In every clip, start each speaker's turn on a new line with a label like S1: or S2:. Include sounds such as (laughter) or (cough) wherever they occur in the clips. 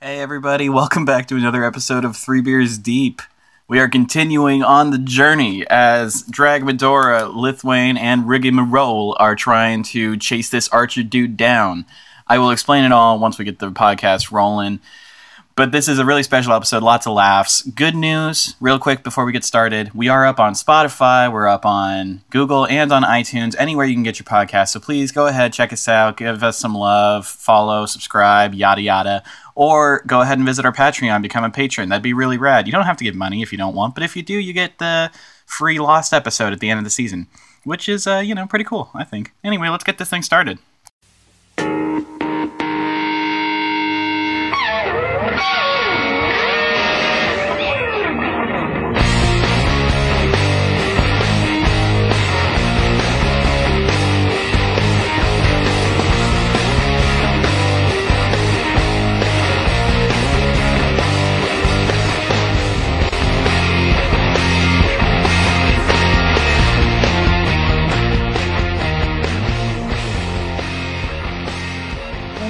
S1: Hey, everybody, welcome back to another episode of Three Beers Deep. We are continuing on the journey as Drag Medora, Lithwane, and Rigmarole are trying to chase this archer dude down. I will explain it all once we get the podcast rolling. But this is a really special episode, lots of laughs. Good news, real quick before we get started. We are up on Spotify, we're up on Google, and on iTunes, anywhere you can get your podcast. So please go ahead, check us out, give us some love, follow, subscribe, yada yada. Or go ahead and visit our Patreon, become a patron. That'd be really rad. You don't have to give money if you don't want, but if you do, you get the free lost episode at the end of the season, which is, uh, you know, pretty cool, I think. Anyway, let's get this thing started.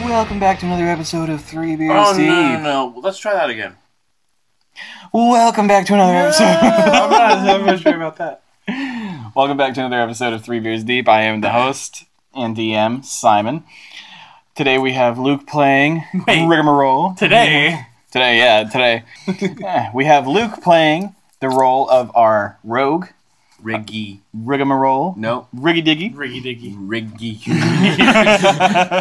S1: Welcome back to another episode of Three Beers
S2: Oh no, no, no! Let's try that again.
S1: Welcome back to another
S3: (laughs)
S1: episode.
S2: I'm not, I'm not sure about that.
S1: Welcome back to another episode of Three Beers Deep. I am the host and DM Simon. Today we have Luke playing
S2: Wait.
S1: Rigmarole.
S2: Today,
S1: Today, yeah,
S3: (laughs)
S1: today. Yeah, we have Luke playing the role of our rogue,
S2: Riggy.
S1: Rigmarole,
S2: No,
S1: Riggy Diggy,
S3: Riggy diggy.
S2: Riggy.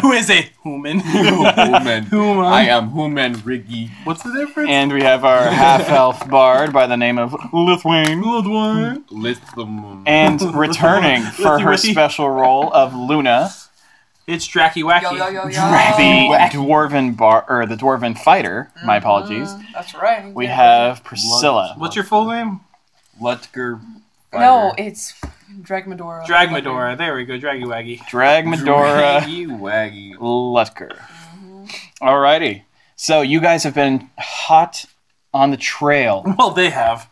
S1: (laughs)
S3: Who is a human?
S2: Human.
S3: Human.
S2: I am human Riggy. What's the difference?
S1: and we have our half elf bard by the name of Lithwane.
S3: one.
S2: List them.
S3: (laughs)
S1: And returning for her
S3: Lithy.
S1: special role of Luna,
S3: It's Dracky Wacky. Ah.
S1: the
S4: Mm.
S1: dwarven bar or the dwarven fighter. My apologies.
S4: Mm, That's right.
S1: We have Priscilla.
S3: What's your full name?
S2: Lutger.
S4: No, it's Dragmadora.
S3: Dragmadora. There we go. Draggy Waggy. (laughs)
S1: Drag Medora
S2: Draggy waggy.
S1: Lutker. Alrighty. So you guys have been hot on the trail.
S3: Well, they have.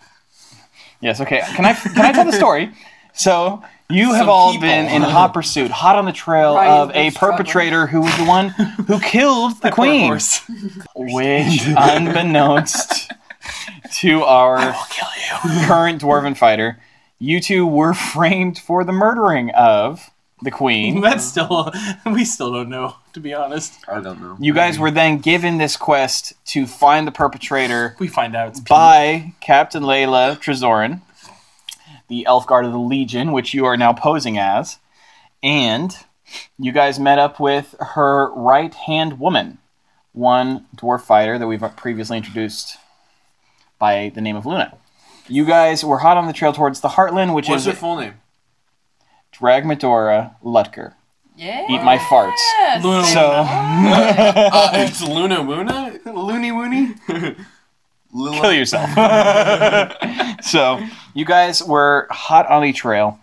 S1: Yes. Okay. Can I can I tell the story? So you have all
S2: people.
S1: been in hot pursuit, hot on the trail
S4: Right,
S1: of
S4: they're
S1: a
S4: struggling.
S1: perpetrator who was the one who killed the queen,
S3: horse.
S1: which, unbeknownst to our
S3: Kill you.
S1: current dwarven fighter, you two were framed for the murdering of the queen.
S3: (laughs) That's still. We still don't know, to be honest.
S2: I don't know.
S1: You guys were then given this quest to find the perpetrator
S3: We find out it's Pete.
S1: by Captain Layla Trezorin, the elf guard of the Legion, which you are now posing as. And you guys met up with her right hand woman, one dwarf fighter that we've previously introduced by the name of Luna. You guys were hot on the trail towards the Heartland, which
S2: What's
S1: is
S2: your full
S1: (laughs)
S2: name?
S1: Dragmadora Lutker.
S4: Yeah.
S1: Eat my farts.
S3: Luna.
S1: So,
S2: Uh, it's Luna Luna.
S1: (laughs)
S2: Loony Woony. Lila.
S1: kill yourself. (laughs) so you guys were hot on the trail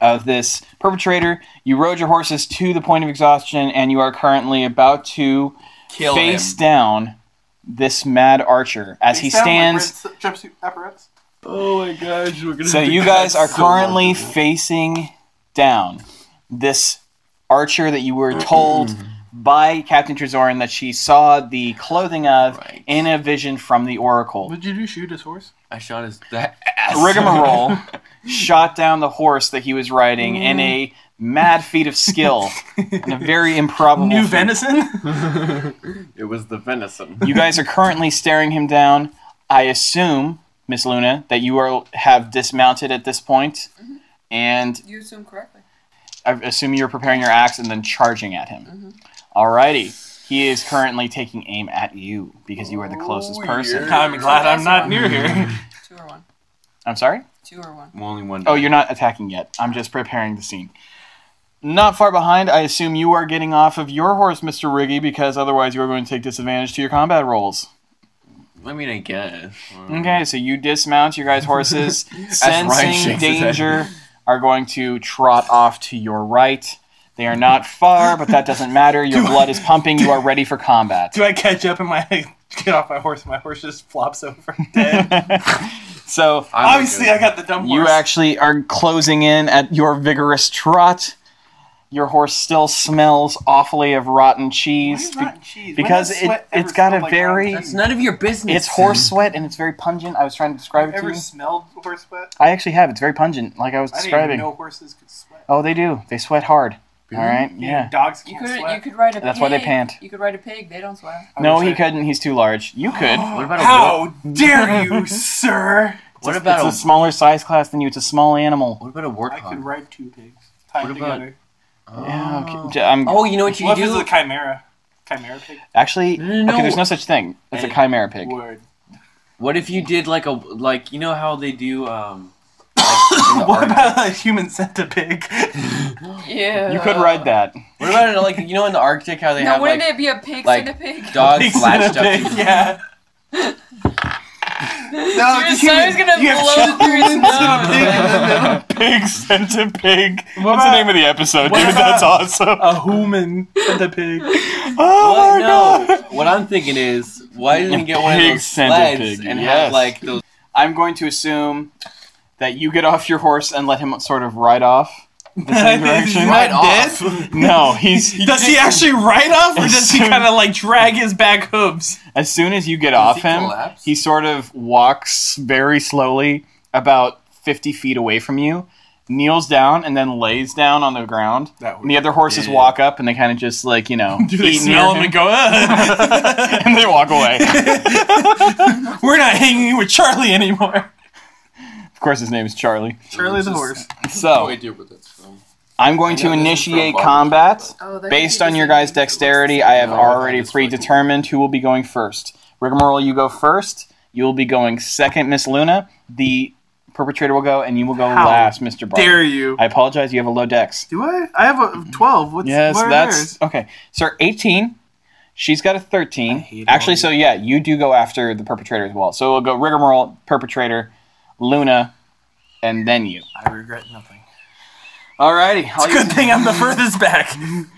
S1: of this perpetrator. You rode your horses to the point of exhaustion, and you are currently about to
S2: Kill
S1: face
S2: him.
S1: down this mad archer as he stands.
S3: jumpsuit apparatus.
S2: Oh my gosh, we're gonna.
S1: so
S2: do (laughs)
S1: you
S2: that
S1: guys are
S2: so
S1: currently
S2: much.
S1: facing down this archer that you were told. By Captain Trezorin, that she saw the clothing of
S2: Right.
S1: in a vision from the Oracle.
S3: Would you do? Shoot
S1: (laughs)
S3: his horse?
S2: I shot his that ass. (laughs)
S1: rigmarole shot down the horse that he was riding in a mad feat of skill and a very improbable
S3: New
S1: feat.
S3: venison. (laughs)
S2: it was the venison.
S1: you guys are currently staring him down i assume miss luna that you are have dismounted at this point and
S4: You assume correctly.
S1: i assume you're preparing your axe and then charging at him alrighty he is currently taking aim at you because you are the closest
S2: Oh,
S1: person
S2: yeah.
S3: I'm glad I'm not near here.
S1: (laughs)
S4: Two or one.
S1: i'm sorry
S4: Two or one.
S2: Only one.
S1: Oh, you're not attacking yet. I'm just preparing the scene. Not far behind, I assume you are getting off of your horse, Mr. Riggy, because otherwise you are going to take disadvantage to your combat rolls.
S2: I mean, I guess.
S1: Okay, so you dismount your guys'
S2: (laughs)
S1: horses,
S2: Ryan
S1: sensing
S2: shakes his head.
S1: danger, are going to trot off to your right. They are not far, but that doesn't matter.
S2: (laughs)
S1: Your blood is pumping. You are ready for combat.
S3: Do I catch up and my (laughs) get off my horse? and My horse just flops over dead.
S1: (laughs) So
S2: I'm
S3: Obviously,
S2: okay.
S3: I got the dumb horse.
S1: you actually are closing in at your vigorous trot. Your horse still smells awfully of rotten
S3: Why
S1: cheese.
S3: is
S1: be-
S3: rotten cheese? Why
S1: because
S3: does
S1: it-
S3: sweat ever
S1: it's got
S3: smell
S1: a
S3: like
S1: very-
S3: rotten
S2: That's
S3: cheese?
S2: none of your business.
S1: it's horse sweat and it's very pungent. I was trying to describe it to
S3: Ever
S1: you.
S3: smelled horse sweat?
S1: I actually have. It's very pungent, like I was
S3: I didn't even
S1: describing.
S3: know horses could sweat.
S1: Oh, they do. They sweat hard. All right. Yeah.
S3: Dogs
S4: You
S3: can't
S4: could
S3: sweat.
S4: you could ride a pig.
S1: That's why they pant.
S4: You could ride a pig. They don't sweat.
S3: I
S1: No,
S3: wish
S1: he
S3: I-
S1: couldn't. He's too large.
S3: (gasps)
S1: You could.
S2: What about a
S3: How
S2: (laughs)
S3: dare you, sir?
S2: What
S1: It's-
S2: about
S1: it's
S2: a,
S1: a smaller size class than you? It's a small animal.
S2: what about a
S3: I could
S2: warthog?
S3: ride two pigs tied
S2: What about-
S3: together.
S2: Oh.
S1: Yeah, okay. J- um, I'm-
S2: Oh, you know what you
S3: What
S2: do?
S3: if it's a chimera? Chimera pig?
S1: actually
S2: No, no,
S1: okay.
S2: no.
S1: There's no such thing. It's a
S2: Eh,
S1: chimera pig.
S3: Word.
S2: What if you did like a like you know how they do um
S3: (coughs)
S2: like, in the
S3: What
S2: Arctic-
S3: about a human centipig?
S4: Yeah.
S1: You could ride that.
S2: what about it, like you know in the Arctic how they
S4: Now
S2: have
S4: wouldn't
S2: like
S4: it be a pig
S2: like,
S4: and
S1: (laughs)
S4: a pig?
S2: dogs latched up
S3: centipig, (laughs)
S2: to
S3: yeah. No,
S4: Dude,
S3: it's
S4: Simon's
S3: human-
S4: gonna
S3: you have
S4: blow through
S2: (laughs)
S4: his nose.
S3: centipig.
S1: (laughs) Pig centipig. pig. That's
S3: What about-
S1: of the episode,
S3: what about- Oh,
S1: awesome.
S3: a human centipig.
S1: (laughs) Oh
S2: Well, no. What I'm thinking is, why didn't we get one of
S1: Pig
S2: those sleds
S1: centipig,
S2: and
S1: yes.
S2: have like those?
S1: I'm going to assume that you get off your horse and let him sort of ride off the
S3: (laughs)
S1: same
S3: He's
S1: direction.
S2: Right
S3: not
S2: off.
S3: dead.
S1: No, he's
S3: (laughs) Does he actually ride off, or does he
S1: As soon-
S3: kind of like drag his back hooves?
S1: as soon as you get
S2: Does
S1: off
S2: he
S1: him,
S2: collapse?
S1: he sort of walks very slowly about 50 feet away from you, kneels down, and then lays down on the ground.
S3: That
S1: And the other horses
S2: Yeah.
S1: walk up and they kind of just like, you know,
S3: (laughs) Do they
S1: eat
S3: smell
S1: near
S3: him and go?
S2: (laughs)
S3: "Ugh." (laughs)
S1: (laughs) and they walk away.
S3: We're not hanging with Charlie anymore.
S1: of course, his name is Charlie.
S3: Charlie the
S2: Just-
S3: horse. Oh.
S2: No
S1: So
S2: idea what that's from.
S1: I'm going to
S2: I know this is
S1: initiate
S2: from Bob.
S1: combat.
S4: Oh, that
S1: Based
S4: could be
S1: on your
S4: the same
S1: guys'
S4: thing. (laughs)
S1: dexterity, I have
S2: No,
S1: already
S2: that's fine.
S1: predetermined who will be going first. Rigmarole, you go first. You will be going second, Miss Luna. The perpetrator will go, and you will go
S3: How
S1: last, Mr. Barber.
S3: Dare you?
S1: I apologize. You have a low dex.
S3: Do I? I have a twelve. What's
S1: yes,
S3: what are
S1: that's
S3: theirs?
S1: okay. Sir, eighteen. She's got a
S3: I
S1: thirteen.
S3: hate all
S1: Actually,
S3: of
S1: so yeah, you do go after the perpetrator as well. So we'll go rigmarole, perpetrator, Luna, and then you.
S3: I regret nothing.
S1: Alrighty.
S3: It's a good thing I'm the (laughs) furthest back.
S2: I'm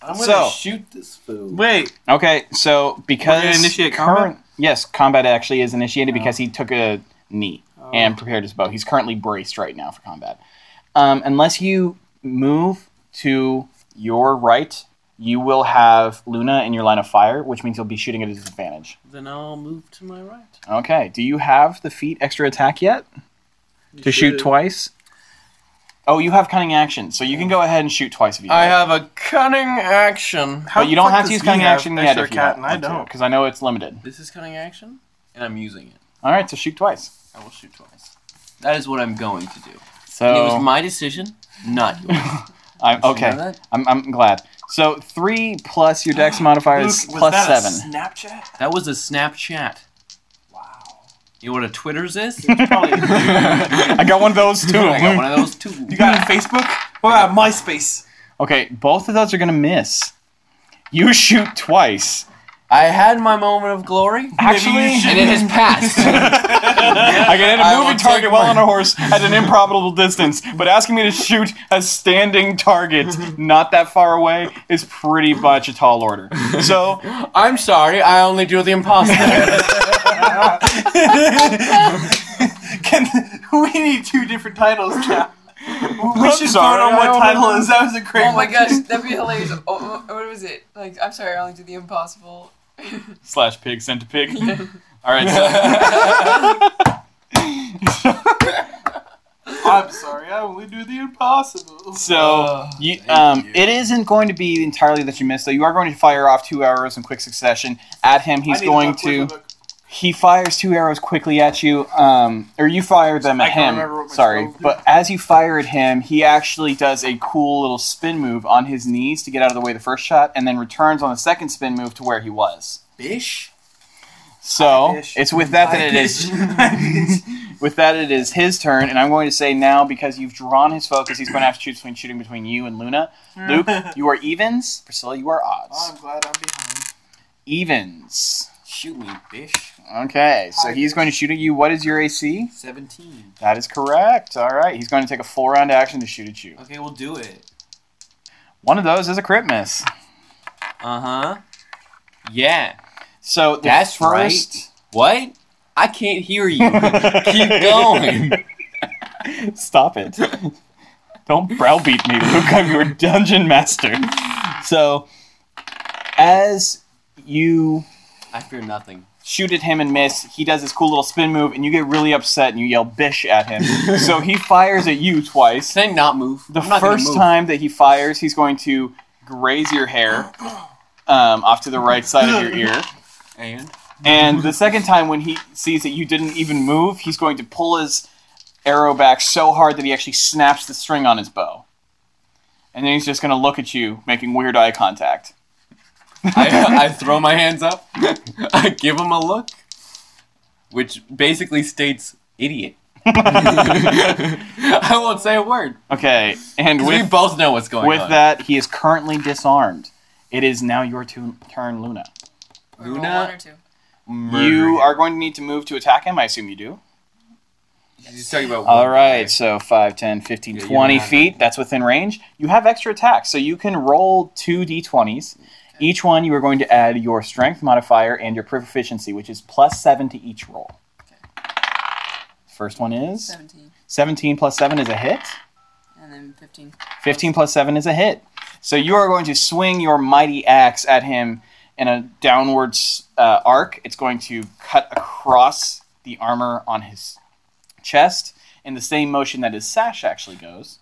S2: gonna
S1: So-
S2: shoot this fool.
S3: Wait,
S1: Okay, so because
S3: We're gonna initiate combat?
S1: yes, combat actually is initiated because he took a knee
S3: Oh.
S1: and prepared his bow. He's currently braced right now for combat. Um, unless you move to your right, you will have Luna in your line of fire, which means you'll be shooting at a disadvantage.
S2: Then I'll move to my right.
S1: Okay. Do you have the feat extra attack yet to shoot twice? Oh, you have cunning action, so you can go ahead and shoot twice if you.
S2: I
S1: like.
S2: have a cunning action.
S3: How
S1: but you
S3: the
S1: don't
S3: fuck
S1: have to
S3: does
S1: use
S3: he
S1: cunning
S3: have
S1: action
S3: extra
S1: yet if you
S3: cat and I don't?
S1: because I know it's limited.
S2: This is cunning action, and I'm using it.
S1: All right, so shoot twice.
S2: I will shoot twice. That is what I'm going to do.
S1: So
S2: It was my decision, not yours.
S1: I'm,
S2: Did you know
S1: okay,
S2: that?
S1: I'm, I'm glad. So three plus your
S2: (gasps)
S1: dex modifier
S3: Luke,
S1: is
S3: was
S1: plus
S3: that a
S1: seven.
S3: Snapchat.
S2: That was a Snapchat.
S3: Wow.
S2: You know what a Twitter's is?
S1: (laughs) I got one of those too.
S2: (laughs) I got one of those too.
S3: You
S2: (laughs)
S3: got a Facebook? What about MySpace?
S1: Okay, both of those are gonna miss. You shoot twice.
S2: I had my moment of glory,
S1: Actually,
S3: you should-
S2: and it has
S1: (laughs)
S2: passed.
S1: I can
S2: (laughs)
S1: hit
S2: I
S1: a
S2: will
S1: moving
S2: take
S1: target while
S2: my-
S1: on a horse at an improbable distance, but asking me to shoot a standing
S2: (laughs)
S1: target not that far away is pretty much a tall order. So
S2: I'm sorry, I only do the impossible.
S3: (laughs) Can we need two different titles now? We
S1: I'm
S3: should
S1: sorry,
S3: vote on
S1: I
S3: what
S1: don't
S3: title
S1: remember.
S3: is. That was a great.
S4: Oh my
S1: (laughs)
S3: one.
S4: gosh, that'd be hilarious. Oh, what was it? Like, I'm sorry, I only do
S2: (laughs)
S4: the impossible. (laughs)
S1: slash pig sent to pig. All right.
S2: (laughs)
S1: So.
S3: I'm sorry. I only do the impossible.
S1: So
S2: Uh,
S1: you,
S2: thank
S1: um,
S2: you.
S1: it isn't going to be entirely that you miss, though. You are going to fire off two arrows in quick succession at him.
S3: I
S1: He's
S3: need
S1: going
S3: book, book,
S1: to.
S3: book.
S1: He fires two arrows quickly at you, um, or you fire them
S3: I
S1: at
S3: can't remember
S1: him.
S3: what my
S1: Sorry,
S3: spell did.
S1: but as you fire at him, he actually does a cool little spin move on his knees to get out of the way the first shot, and then returns on the second spin move to where he was.
S2: Bish?
S1: So
S3: Fish.
S1: it's with that that it is
S3: (laughs) Fish.
S1: (laughs) with that, it is his turn, and I'm going to say now because you've drawn his focus, he's going to have to choose between shooting between you and Luna. Luke, you are evens. Priscilla, you are odds.
S3: I'm glad I'm behind.
S1: Evens.
S2: Shoot me, Bish.
S1: Okay, so
S3: I
S1: he's going to shoot at you. What is your AC?
S2: 17.
S1: That is correct. All right, he's going to take a full round action to shoot at you.
S2: Okay, we'll do it.
S1: One of those is a crit miss.
S2: Uh huh. Yeah.
S1: So the
S2: That's
S1: first.
S2: What?
S1: (laughs)
S2: I can't hear you. Keep going.
S1: Stop it. Don't browbeat me, Luke. I'm your dungeon master. So, as you
S2: I fear nothing.
S1: shoot at him and miss, he does his cool little spin move, and you get really upset and you yell "bish" at him. so he fires at you twice.
S2: Can I not move?
S1: The
S2: I'm not gonna
S1: first
S2: move.
S1: time that he fires, he's going to graze your hair um, off to the right side of your ear.
S2: And
S1: And the second time, when he sees that you didn't even move, he's going to pull his arrow back so hard that he actually snaps the string on his bow. And then he's just going to look at you, making weird eye contact.
S2: I, I throw my hands up. (laughs) I give him a look, which basically states idiot. (laughs) I won't say a word.
S1: (laughs) Okay, and
S2: 'cause we
S1: with,
S2: both know what's going
S1: with
S2: on.
S1: that, he is currently disarmed. It is now your tu- turn, Luna.
S4: Or roll
S2: Luna-
S4: One or two.
S2: Murder
S1: You
S2: him.
S1: are going to need to move to attack him. I assume you do.
S2: He's talking about
S1: All right, so 5, 10, 15,
S2: Yeah, you
S1: 20
S2: don't have
S1: feet. That's within range. You have extra attacks, so you can roll two d20s. Each one you are going to add your strength modifier and your proficiency, which is plus 7 to each roll. First one is
S4: Seventeen.
S1: 17 plus 7 is a hit,
S4: And then fifteen.
S1: 15 plus 7 is a hit. So you are going to swing your mighty axe at him in a downwards uh, arc. It's going to cut across the armor on his chest in the same motion that his sash actually goes.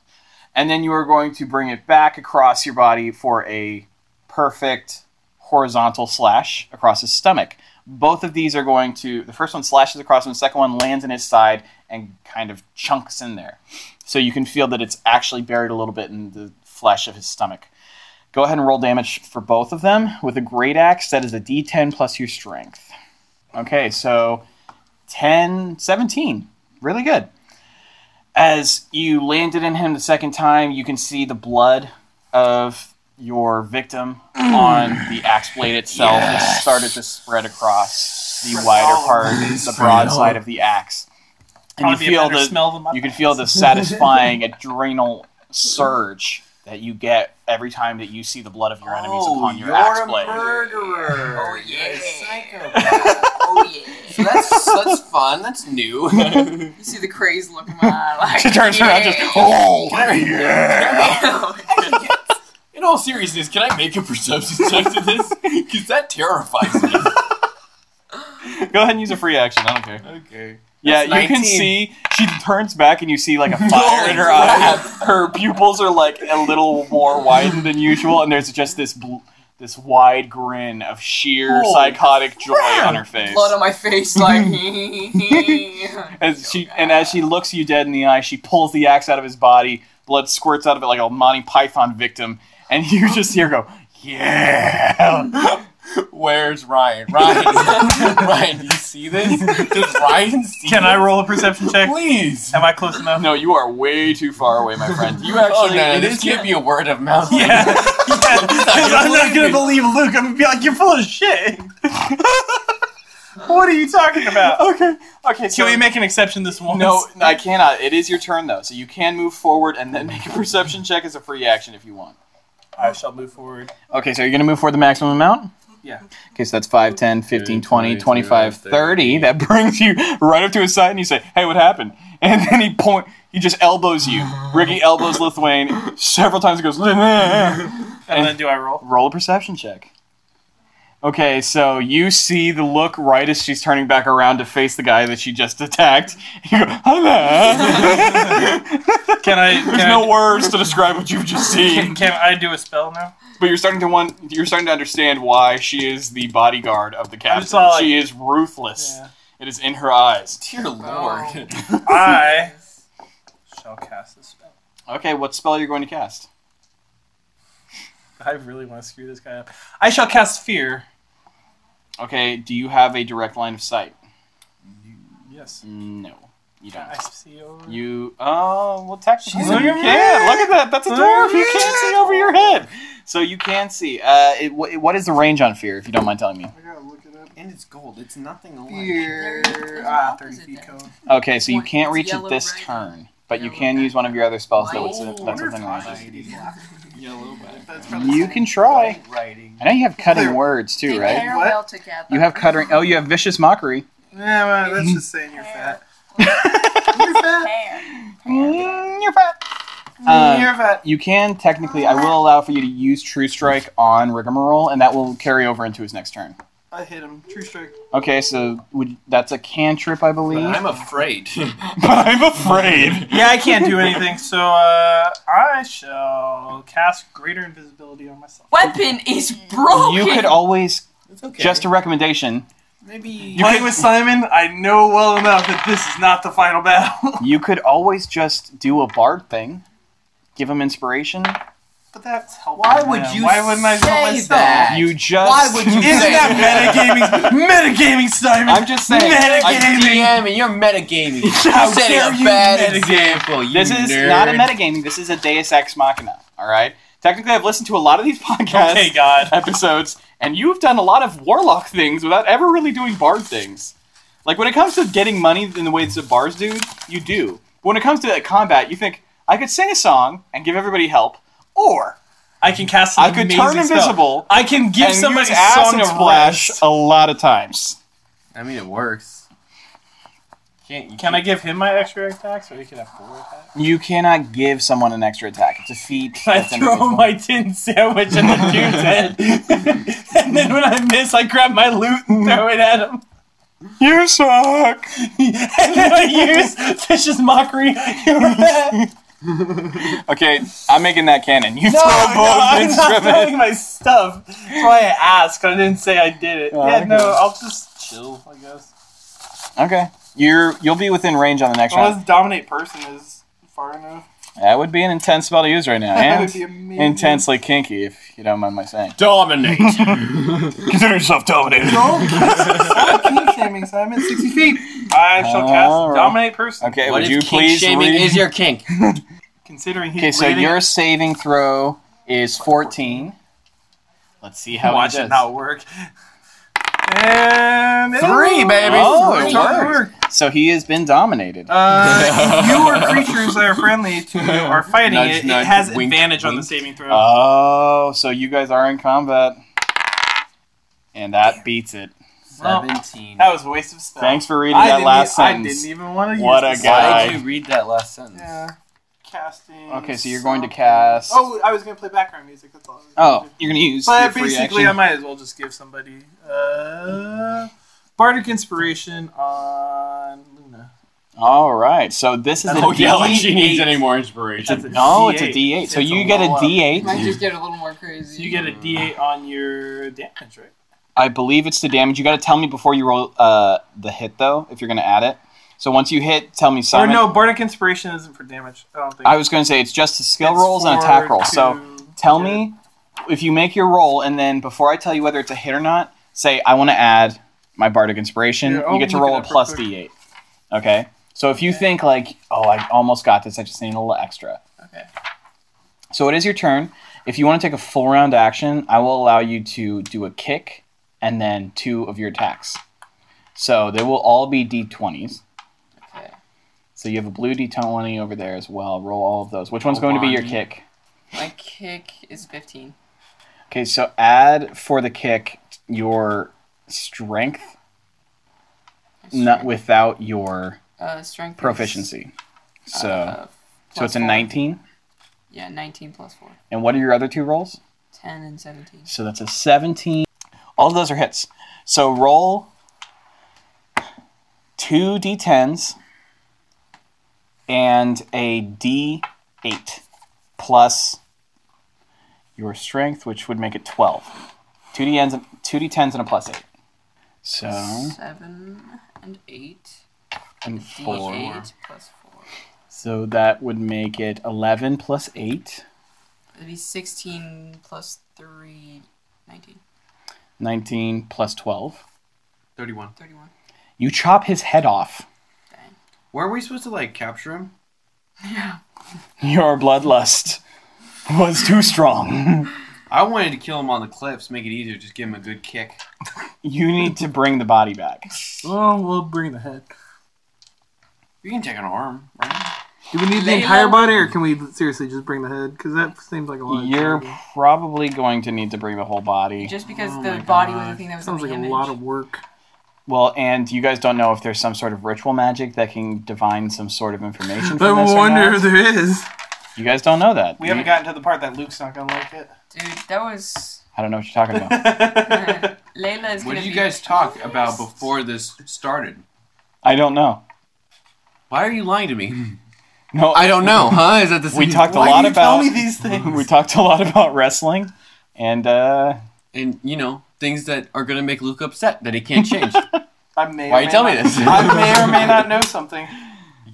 S1: And then you are going to bring it back across your body for a perfect horizontal slash across his stomach. Both of these are going to, the first one slashes across him, the second one lands in his side and kind of chunks in there. So you can feel that it's actually buried a little bit in the flesh of his stomach. Go ahead and roll damage for both of them with a great axe. That is a d10 plus your strength. Okay, so 10, 17. Really good. As you landed in him the second time, you can see the blood of your victim on the axe blade itself. It started to spread across the wider part, the broadside of the axe. And you
S3: Probably
S1: feel
S3: a better
S1: the
S3: smell than my
S1: you can feel the satisfying adrenal surge that you get every time that you see the blood of your enemies upon your axe blade.
S2: murderer.
S4: Oh, yeah.
S2: You're a psychopath.
S4: oh yeah.
S2: that's that's fun. That's
S1: (laughs)
S2: new. (laughs) Can
S4: You see the crazed look in my (laughs) eye.
S1: (laughs)
S4: Like,
S1: She turns around just, oh,
S2: I-
S4: yeah.
S2: In all seriousness, can I make a perception check to this? Because that terrifies me.
S1: Go ahead and use a free action. I don't care.
S2: Okay.
S1: Yeah,
S2: That's
S1: you can
S2: 19.
S1: see she turns back and you see like a fire in her eye. (laughs) Her pupils are like a little more widened than usual, and there's just this bl- this wide grin of sheer
S3: Holy
S1: psychotic joy on her face.
S4: (laughs) Blood on my face, like. (laughs) That's
S1: As she and as she looks you dead in the eye, she pulls the axe out of his body. Blood squirts out of it like a Monty Python victim, and (laughs) you just hear her go, "Yeah."
S2: Where's Ryan? (laughs) Ryan, Ryan, do you see this? Does Ryan
S3: (laughs)
S2: see?
S3: Can I
S2: this?
S3: roll a perception check?
S2: Please.
S3: Am I close enough?
S1: No, you are way too far away, my friend. You
S2: Oh
S1: actually,
S2: no, no,
S1: it
S2: this
S1: is your-
S2: can't be a word of
S3: (laughs)
S2: mouth.
S3: Yeah, yeah. Because I'm not
S2: Believe me.
S3: gonna believe Luke. I'm gonna be like, you're full of shit. (laughs) what are you talking about?
S1: (laughs) okay. Okay, so
S3: Can
S1: (laughs)
S3: we make an exception this once?
S1: no, I cannot. It is your turn though, so you can move forward and then make a perception check as a free action if you want.
S3: I shall move forward.
S1: Okay, so you're going to move for the maximum amount?
S3: Yeah.
S1: Okay, so that's 5, 10, 15, 20, 25, 30. That (laughs) brings you right up to his side and you say, hey, what happened? And then he point, he just elbows you. Ricky elbows Lithuane several times and goes, (laughs) "Nah."
S3: And, then do I roll?
S1: roll a perception check. Okay, so you see the look right as she's turning back around to face the guy that she just attacked. (laughs) You go, (laughs) "Hello." (laughs)
S3: Can I?
S1: There's
S3: can
S1: no
S3: I,
S1: words to describe what you've just seen.
S3: Can, can I do a spell
S1: (laughs)
S3: now?
S1: But you're starting to one. You're starting to understand why she is the bodyguard of the captain.
S3: saw, like-
S1: she is ruthless. It is in her eyes.
S3: (laughs)
S2: Dear Lord.
S3: I shall cast a spell.
S1: (laughs) Okay, what spell are you going to cast?
S3: I really want to screw this guy up. I shall cast fear.
S1: Okay, do you have a direct line of sight?
S3: Yes.
S1: No, you don't.
S3: I see over.
S1: You oh well, technically
S3: She's a
S1: you
S3: dwarf.
S1: can. Look at that. That's a
S3: Look
S1: dwarf. You
S3: at
S1: can't see over your head. So you can see. Uh, it, wh- what is the range on fear? If you don't mind telling me.
S3: I gotta look it up.
S2: And it's gold. It's nothing
S3: Fear.
S4: There's an
S3: Ah,
S4: opposite
S3: 30 feet
S4: there.
S3: code.
S1: Okay, so you
S4: One-
S1: can't
S4: it's
S1: reach it
S4: yellow
S1: this
S4: red.
S1: turn, but you
S4: Yellow
S1: can
S4: red.
S1: use one of your other spells that
S4: Why?
S1: was that's within range.
S2: Yellow
S3: That's
S1: You can try.
S2: writing.
S1: I know you have cutting words too, right?
S4: Parallel together.
S1: You have cutting. Oh, you have vicious
S2: (laughs)
S1: mockery.
S3: Yeah, well, (laughs) that's just saying you're fat.
S4: Hair.
S1: Mm, you're fat. Um,
S3: Nerva.
S1: you can technically. I will allow for you to use True Strike on Rigmarole, and that will carry over into his next turn.
S3: I hit him. True strike.
S1: Okay, so would, that's a cantrip, I believe. (laughs)
S2: I'm afraid.
S1: I'm afraid.
S3: Yeah, I can't do anything, so uh, I shall cast greater invisibility on myself.
S4: (laughs) Weapon is broken.
S1: You could always,
S3: It's okay.
S1: just a recommendation,
S2: Maybe
S1: You
S3: Playing
S1: could-
S3: with Simon, I know well enough that this is not the final battle.
S1: you could always just do a bard thing, give him inspiration.
S3: but that's helpful.
S2: Why would
S3: man.
S2: you
S3: Why wouldn't I help
S2: say
S3: myself?
S2: that?
S1: You just.
S2: Why
S1: (laughs)
S2: would you
S3: Isn't
S2: say
S3: that metagaming? metagaming, Simon.
S1: I'm just saying.
S3: Meta-
S2: I
S3: Metagaming.
S2: DM and you're metagaming.
S3: How
S2: You're setting
S3: dare
S2: a
S3: you
S2: bad
S3: metagame.
S2: example. You
S1: This is
S2: nerd.
S1: not a metagaming. This is a Deus Ex Machina. All right. Technically, I've listened to a lot of these (laughs) podcast
S3: Okay, God.
S1: episodes, and you've done a lot of warlock things without ever really doing bard things. Like when it comes to getting money in the way that bards do, you do. But when it comes to that combat, you think I could sing a song and give everybody help, or
S3: I can cast. An
S1: I could
S3: amazing
S1: turn
S3: spell.
S1: invisible
S3: I can give
S1: and
S3: somebody
S1: use acid
S3: song
S1: splash
S3: blast.
S1: a lot of times.
S2: I mean, it works. Can't you?
S3: Can I give him my extra attack so he can have four attacks?
S1: You cannot give someone an extra attack. It's a feat.
S3: (laughs) I
S1: that's
S3: throw
S1: individual.
S3: my tin sandwich at the dude's head, (laughs) and then when I miss, I grab my loot and throw it at him.
S1: (laughs)
S3: (laughs)
S1: You suck. (laughs)
S3: and then I use Fish's mockery. (laughs) Oh,
S1: (laughs) Okay, I'm making that canon. You
S3: (laughs) No,
S1: throw both
S3: no, I'm
S1: (laughs)
S3: not
S1: instruments.
S3: throwing my stuff. That's why I asked. I didn't say I did it.
S1: Oh,
S3: yeah,
S1: okay.
S3: no, I'll just chill, I guess.
S1: Okay, you're you'll be within range on the next round.
S3: Unless dominate person is far enough. (laughs)
S1: That would be an intense spell to use right now,
S3: That would
S1: and
S3: be amazing.
S1: intensely kinky, if you don't mind my saying.
S2: dominate?
S1: Consider yourself dominated.
S3: Kink shaming, so I'm at 60 feet. I shall cast
S1: All right.
S3: dominate person.
S1: Okay,
S2: what
S1: would
S2: if
S1: you
S2: kink
S1: please
S2: shaming
S1: read?
S2: is
S1: (laughs)
S2: your kink?
S3: Considering he's
S1: okay, so
S3: waiting-
S1: your saving throw is 14. Let's see how
S3: watch
S1: it does.
S3: it not work. And
S2: Three, baby.
S1: Oh, it
S3: Three. Totally
S1: worked. So he has been dominated.
S3: Uh, if your (laughs) creatures that are friendly to you are fighting
S2: Nudge,
S3: it,
S2: nudge,
S3: it has
S2: wink,
S3: advantage on the
S2: wink.
S3: saving throw.
S1: oh, so you guys are in combat, and that beats it.
S3: Well,
S2: Seventeen.
S3: that was a waste of spell.
S1: Thanks for reading
S3: I
S1: that
S3: didn't
S1: last
S3: e-
S1: sentence.
S3: I didn't even want to
S1: What
S3: use
S1: a
S3: the
S1: guy.
S2: Why did you read that last sentence?
S3: Yeah. Casting.
S1: Okay, so you're going to
S3: something.
S1: cast-
S3: Oh, I was going to play background music. That's all. I was gonna
S1: Oh,
S3: do.
S1: you're gonna use. your
S3: But
S1: free
S3: basically, I
S1: action.
S3: might as well just give somebody uh, bardic inspiration on Luna.
S1: All right, so this is a
S3: (laughs) Oh, yeah, like
S1: D8.
S2: more
S3: That's
S2: inspiration.
S3: a
S1: No, it's a
S3: D8.
S1: D8. So
S3: It's
S1: you get a
S3: low up.
S1: D8.
S4: Might just get a little more crazy.
S3: You get a
S1: Hmm.
S3: D8 on your damage, right?
S1: I believe it's the damage. You got to tell me before you roll uh, the hit though, if you're gonna add it. So once you hit, tell me
S3: Or
S1: Simon.
S3: no, bardic inspiration isn't for damage. I don't think.
S1: I was gonna say it's just the skill
S3: It's
S1: rolls and
S3: for
S1: attack rolls.
S3: to-
S1: So tell
S3: yeah.
S1: me if you make your roll, and then before I tell you whether it's a hit or not, say I want to add my bardic inspiration.
S3: Here, I'll
S1: you get to
S3: look it
S1: roll a
S3: up real
S1: plus
S3: quick.
S1: D8. Okay. So if you
S3: Okay.
S1: think like, oh, I almost got this, I just need a little extra.
S3: Okay.
S1: So it is your turn. If you want to take a full round action, I will allow you to do a kick and then two of your attacks. So they will all be d20s.
S4: Okay.
S1: So you have a blue d20 over there as well. Roll all of those. Which one's going to be your
S2: One.
S1: kick?
S4: My kick is 15.
S1: Okay, so add for the kick your strength, not without your
S4: uh, strength is,
S1: proficiency. So,
S4: uh,
S1: so it's a
S4: plus four.
S1: 19.
S4: Yeah, 19 plus 4.
S1: And what are your other two rolls?
S4: 10 and 17.
S1: So that's a 17. All of those are hits. So roll two d10s and a d8 plus your strength, which would make it 12. Two d10s, and- two d10s and a plus 8. So,
S4: 7 and 8.
S1: and 4.
S4: D8 plus 4.
S1: So that would make it 11 plus 8,
S4: It'd be 16 plus 3. 19.
S1: 19 plus 12.
S2: Thirty-one.
S4: 31.
S1: You chop his head off.
S4: Dang. (laughs)
S2: Weren't we supposed to like capture him?
S4: Yeah.
S1: Your bloodlust was too strong.
S2: I wanted to kill him on the cliffs. Make it easier. Just give him a good kick.
S1: You need to bring the body back.
S3: Oh, we'll bring the head.
S2: You can take an arm, right?
S3: Do we need the
S4: Lay
S3: entire
S4: low.
S3: body, or can we seriously just bring the head? Because that seems like a lot. of
S1: You're
S3: charity.
S1: probably going to need to bring the whole body.
S4: Just because
S2: Oh
S4: the
S2: my
S4: body was the
S2: God.
S4: thing that was
S3: sounds
S4: on
S3: like
S4: the
S3: a
S4: image.
S3: lot of work.
S1: Well, and you guys don't know if there's some sort of ritual magic that can divine some sort of information
S3: I
S1: from this or
S3: wonder
S1: not.
S3: if there is.
S1: You guys don't know that.
S3: We haven't gotten to the part that Luke's not gonna like it.
S4: Dude, that was.
S1: I don't know what you're talking about.
S4: Layla is
S2: What
S4: gonna
S2: did you
S4: be
S2: guys talk about before this started?
S1: I don't know.
S2: Why are you lying
S1: (laughs)
S2: to me?
S1: No,
S2: I don't know, huh? Is that the
S1: We
S2: same-
S1: talked a
S3: Why
S1: lot
S3: do you
S1: about
S3: tell
S1: (laughs)
S3: me these things?
S1: we talked a lot about wrestling, and uh,
S2: and you know things that are gonna make Luke upset that
S1: (laughs)
S2: he can't change.
S3: (laughs) I may. or
S2: Why you
S3: may
S2: tell me
S3: not-
S2: this?
S3: I may or may not know something.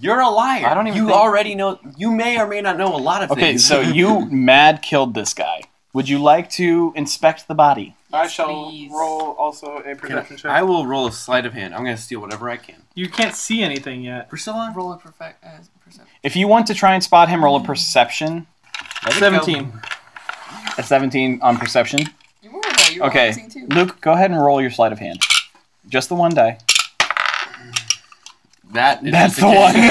S2: You're a liar.
S1: I don't even
S2: You
S1: think-
S2: already know. You may or may not know a lot of
S1: okay,
S2: things.
S1: so
S2: (laughs)
S1: you mad killed this guy. Would you like to inspect the body?
S3: I
S4: Yes,
S3: shall
S4: please.
S3: roll also a
S2: Can I,
S3: perception check.
S2: I will roll a sleight of hand. I'm gonna steal whatever I can.
S3: you can't see anything yet.
S2: Priscilla,
S4: Roll a perfect. Uh, perception.
S1: If you want to try and spot him, roll a perception.
S2: let it go.
S3: Seventeen.
S1: A 17 on perception.
S4: You were about you were
S1: Okay,
S4: boxing too.
S1: Luke, go ahead and roll your sleight of hand. Just the one die.
S2: That is
S1: That's
S2: just
S1: the
S2: a
S1: one.
S2: case. (laughs)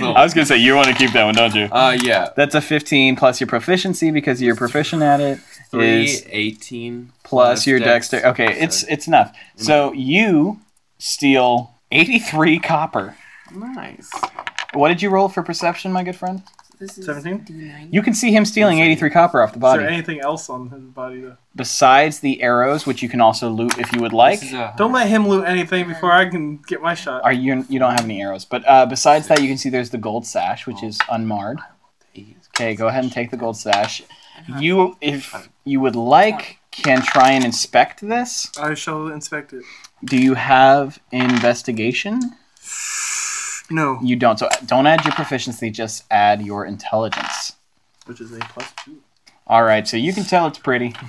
S1: (laughs)
S2: the one.
S1: I was gonna say you want to keep that one, don't you?
S2: Uh, yeah.
S1: That's a 15 plus your proficiency because you're proficient at it.
S2: Three,
S1: Is-
S2: 18.
S1: plus your
S2: dex. Mm-hmm.
S1: dexter. Okay, it's
S2: So-
S1: it's enough. So you steal 83 copper.
S2: Nice.
S1: What did you roll for perception, my good friend?
S4: This is
S3: 17?
S4: D9.
S1: You can see him stealing 83 copper off the
S3: Is there
S1: body.
S3: anything else on his body though?
S1: Besides the arrows, which you can also loot if you would like.
S2: This is a-
S3: Don't let him loot anything before I can get my shot.
S1: Are you you don't have any arrows, but uh, besides that, you can see there's the gold sash,
S3: Oh.
S1: which is unmarred. Okay, go ahead and take the gold sash.
S3: Uh-huh.
S1: You, if you would like, can try and inspect this.
S3: I shall inspect it.
S1: Do you have investigation?
S3: No,
S1: You don't. So don't add your proficiency, just add your intelligence.
S3: which is a plus two.
S1: All right, so you can tell it's pretty.
S3: (laughs)
S1: (laughs)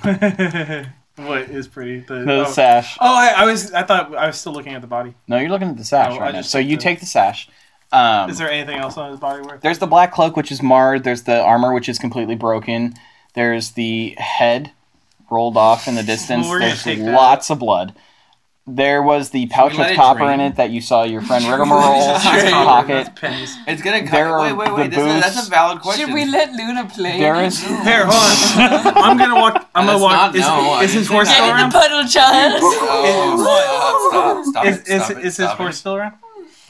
S3: what is pretty? The,
S1: The
S3: oh.
S1: sash.
S3: Oh, I, I was. I thought I was still looking at the body.
S1: No, you're looking at the sash
S3: No, Oh, I
S1: right now.
S3: just
S1: So
S3: took
S1: you
S3: the-
S1: take the sash. Um,
S3: Is there anything else on his body worth?
S1: there's the black cloak, which is marred. There's the armor, which is completely broken. There's the head rolled off in the distance.
S3: Well, we're gonna
S1: there's
S3: take that.
S1: lots of blood. There was the pouch
S2: we let
S1: with
S2: it
S1: copper
S2: drain?
S1: in it that you saw your friend
S2: (laughs)
S1: Rigmarole's pocket.
S3: pennies.
S2: It's gonna
S1: There
S2: come.
S1: are
S2: Wait, wait, wait.
S1: the
S2: This is, that's
S1: boots.
S2: a valid question.
S4: Should we let Luna play?
S1: There is
S2: (laughs)
S3: Here, hold on. I'm gonna walk. I'm gonna
S2: That's
S3: walk.
S2: not-
S3: Is,
S2: no, I
S3: is his
S2: didn't
S3: horse
S2: say
S3: still
S2: that.
S4: Get in the
S3: around?
S4: puddle,
S2: (laughs)
S4: child.
S2: Oh, stop, stop,
S3: Is
S2: it,
S3: is,
S2: stop it,
S3: is his
S2: stop it.
S3: horse still around?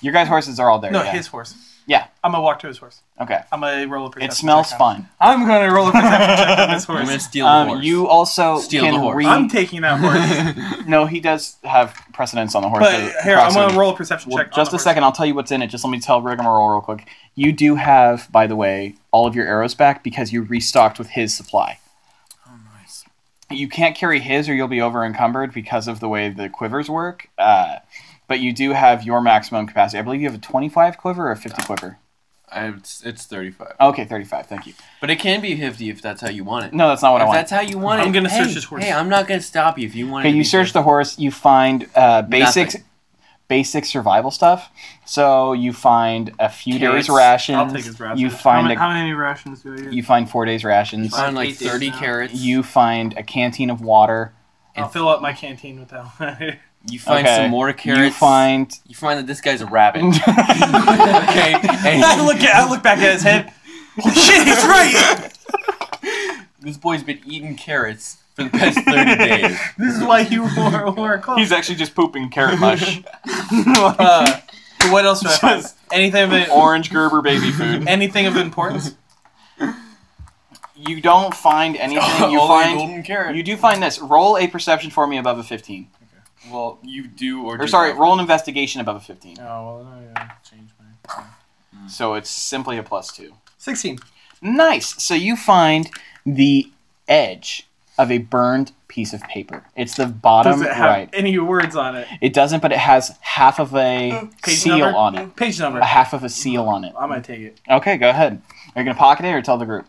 S1: your guys' horses are all there.
S3: No,
S1: yeah.
S3: his horse.
S1: Yeah.
S3: I'm gonna walk to his horse.
S1: Okay.
S3: I'm gonna roll a perception.
S1: It smells
S3: check on him.
S1: fine.
S3: I'm gonna roll
S1: (laughs)
S3: a perception check on his (laughs)
S2: I'm gonna
S3: horse.
S2: steal the
S1: Um,
S2: horse. (laughs)
S1: you also
S2: Steal the
S1: can
S2: horse.
S1: read.
S3: I'm taking that (laughs) horse.
S1: No, he does have precedence on the horse.
S3: but
S1: so-
S3: here, I'm gonna
S1: crossover.
S3: roll a perception
S1: Well,
S3: check. on
S1: just
S3: the
S1: a
S3: horse.
S1: second, I'll tell you what's in it. Just let me tell Rigmarole real quick. You do have, by the way, all of your arrows back because you restocked with his supply. Oh, nice. You can't carry his, or you'll be over encumbered because of the way the quivers work. Uh, but you do have your maximum capacity. I believe you have a 25 quiver or a 50 quiver.
S2: I, it's, it's 35.
S1: Okay, 35. Thank you.
S2: But it can be 50 if that's how you want it.
S1: No, that's not what I
S2: if
S1: want.
S2: that's how you want it.
S3: I'm gonna
S2: hey,
S3: search his horse.
S2: Hey, I'm not gonna stop you if you want.
S1: Okay,
S2: it to
S1: you
S2: be
S1: search
S2: good.
S1: the horse. You find uh, basic,
S2: Nothing.
S1: basic survival stuff. So you find a few days
S2: Carrots.
S1: rations.
S3: I'll take his rations.
S1: You
S3: how
S1: find
S3: many,
S1: a,
S3: how many rations do I get?
S1: you find four days rations.
S2: Find like
S3: Eight days
S2: 30
S3: now.
S2: carrots.
S1: You find a canteen of water.
S3: I'll fill up my canteen with (laughs) that.
S2: you find
S1: okay.
S2: some more carrots.
S1: You find.
S2: (laughs)
S1: (laughs)
S2: You find that this guy's a rabbit. (laughs)
S1: okay.
S3: (laughs)
S2: okay. hey,
S3: I look at. I look back at his (laughs) head. Shit,
S1: (laughs)
S3: he's right.
S2: this boy's been eating carrots for the past
S1: (laughs)
S2: 30 days.
S3: This is why he wore, wore a cloak.
S1: actually just pooping carrot
S3: (laughs)
S1: mush,
S3: Uh, what else do I find? Anything of any-
S1: orange Gerber baby food.
S3: anything (laughs) of importance?
S1: You don't find
S2: (laughs)
S1: anything. You
S2: Only
S1: find.
S2: golden carrot.
S1: You do find this. Roll a perception for me above a fifteen.
S2: well, you do or,
S1: Or
S2: do
S1: sorry,
S2: not.
S1: roll an investigation above a fifteen.
S3: Oh well, I gotta change my
S1: So it's simply a plus two.
S3: sixteen.
S1: Nice. So you find the edge of a burned piece of paper. It's the bottom
S3: Does it have
S1: right.
S3: any words on it?
S1: It doesn't, but it has half of a
S3: Page
S1: seal
S3: number?
S1: on it.
S3: Page number.
S1: A half of a seal on it.
S3: I might take it.
S1: Okay, go ahead. Are you gonna pocket it or tell the group?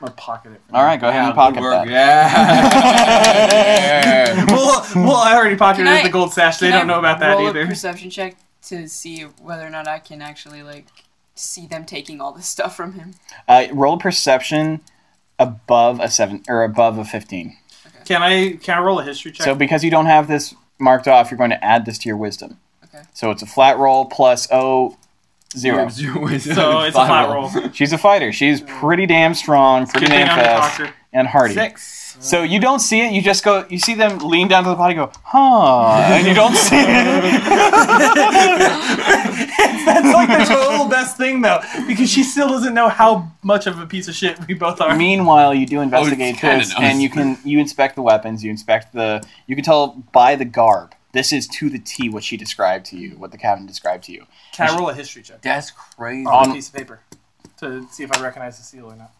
S3: I'm gonna pocket it.
S1: All right, go ahead
S2: Yeah,
S1: and pocket
S2: good work.
S1: that. (laughs)
S2: Yeah.
S3: (laughs) well, well, I already pocketed
S4: Can I-
S3: the gold sash. They
S4: Can
S3: don't
S4: I
S3: know about that
S4: roll A
S3: either.
S4: perception check to see whether or not I can actually like see them taking all this stuff from him.
S1: Uh, roll perception above a seven or above a fifteen.
S3: Can I? Can I roll a history check?
S1: So because you don't have this marked off, you're going to add this to your wisdom.
S4: Okay.
S1: So it's a flat roll plus oh zero.
S2: so (laughs) it's
S3: So it's a flat roll. Good
S1: She's a fighter. She's pretty damn strong, pretty
S3: thing
S1: damn
S3: I'm a
S1: fast,
S3: doctor.
S1: and hardy.
S2: Six.
S1: So
S3: (laughs)
S1: you don't see it. You just go. You see them Uh,
S2: (laughs)
S1: (laughs) lean down to the pot and go, "Huh," and you don't see it.
S3: That's like the (laughs) total best thing though, because she still doesn't know how much of a piece of shit we both
S1: (laughs)
S3: are.
S1: Meanwhile, you do investigate
S2: kinda
S1: this,
S2: knows.
S1: and you can you inspect the weapons. You inspect the. You can tell by the garb. This is to the T what she described to you, what the captain described to you.
S3: Can I roll a history check
S2: (laughs) That's crazy.
S3: on
S1: On-
S3: a piece of paper to see if I recognize the seal or not?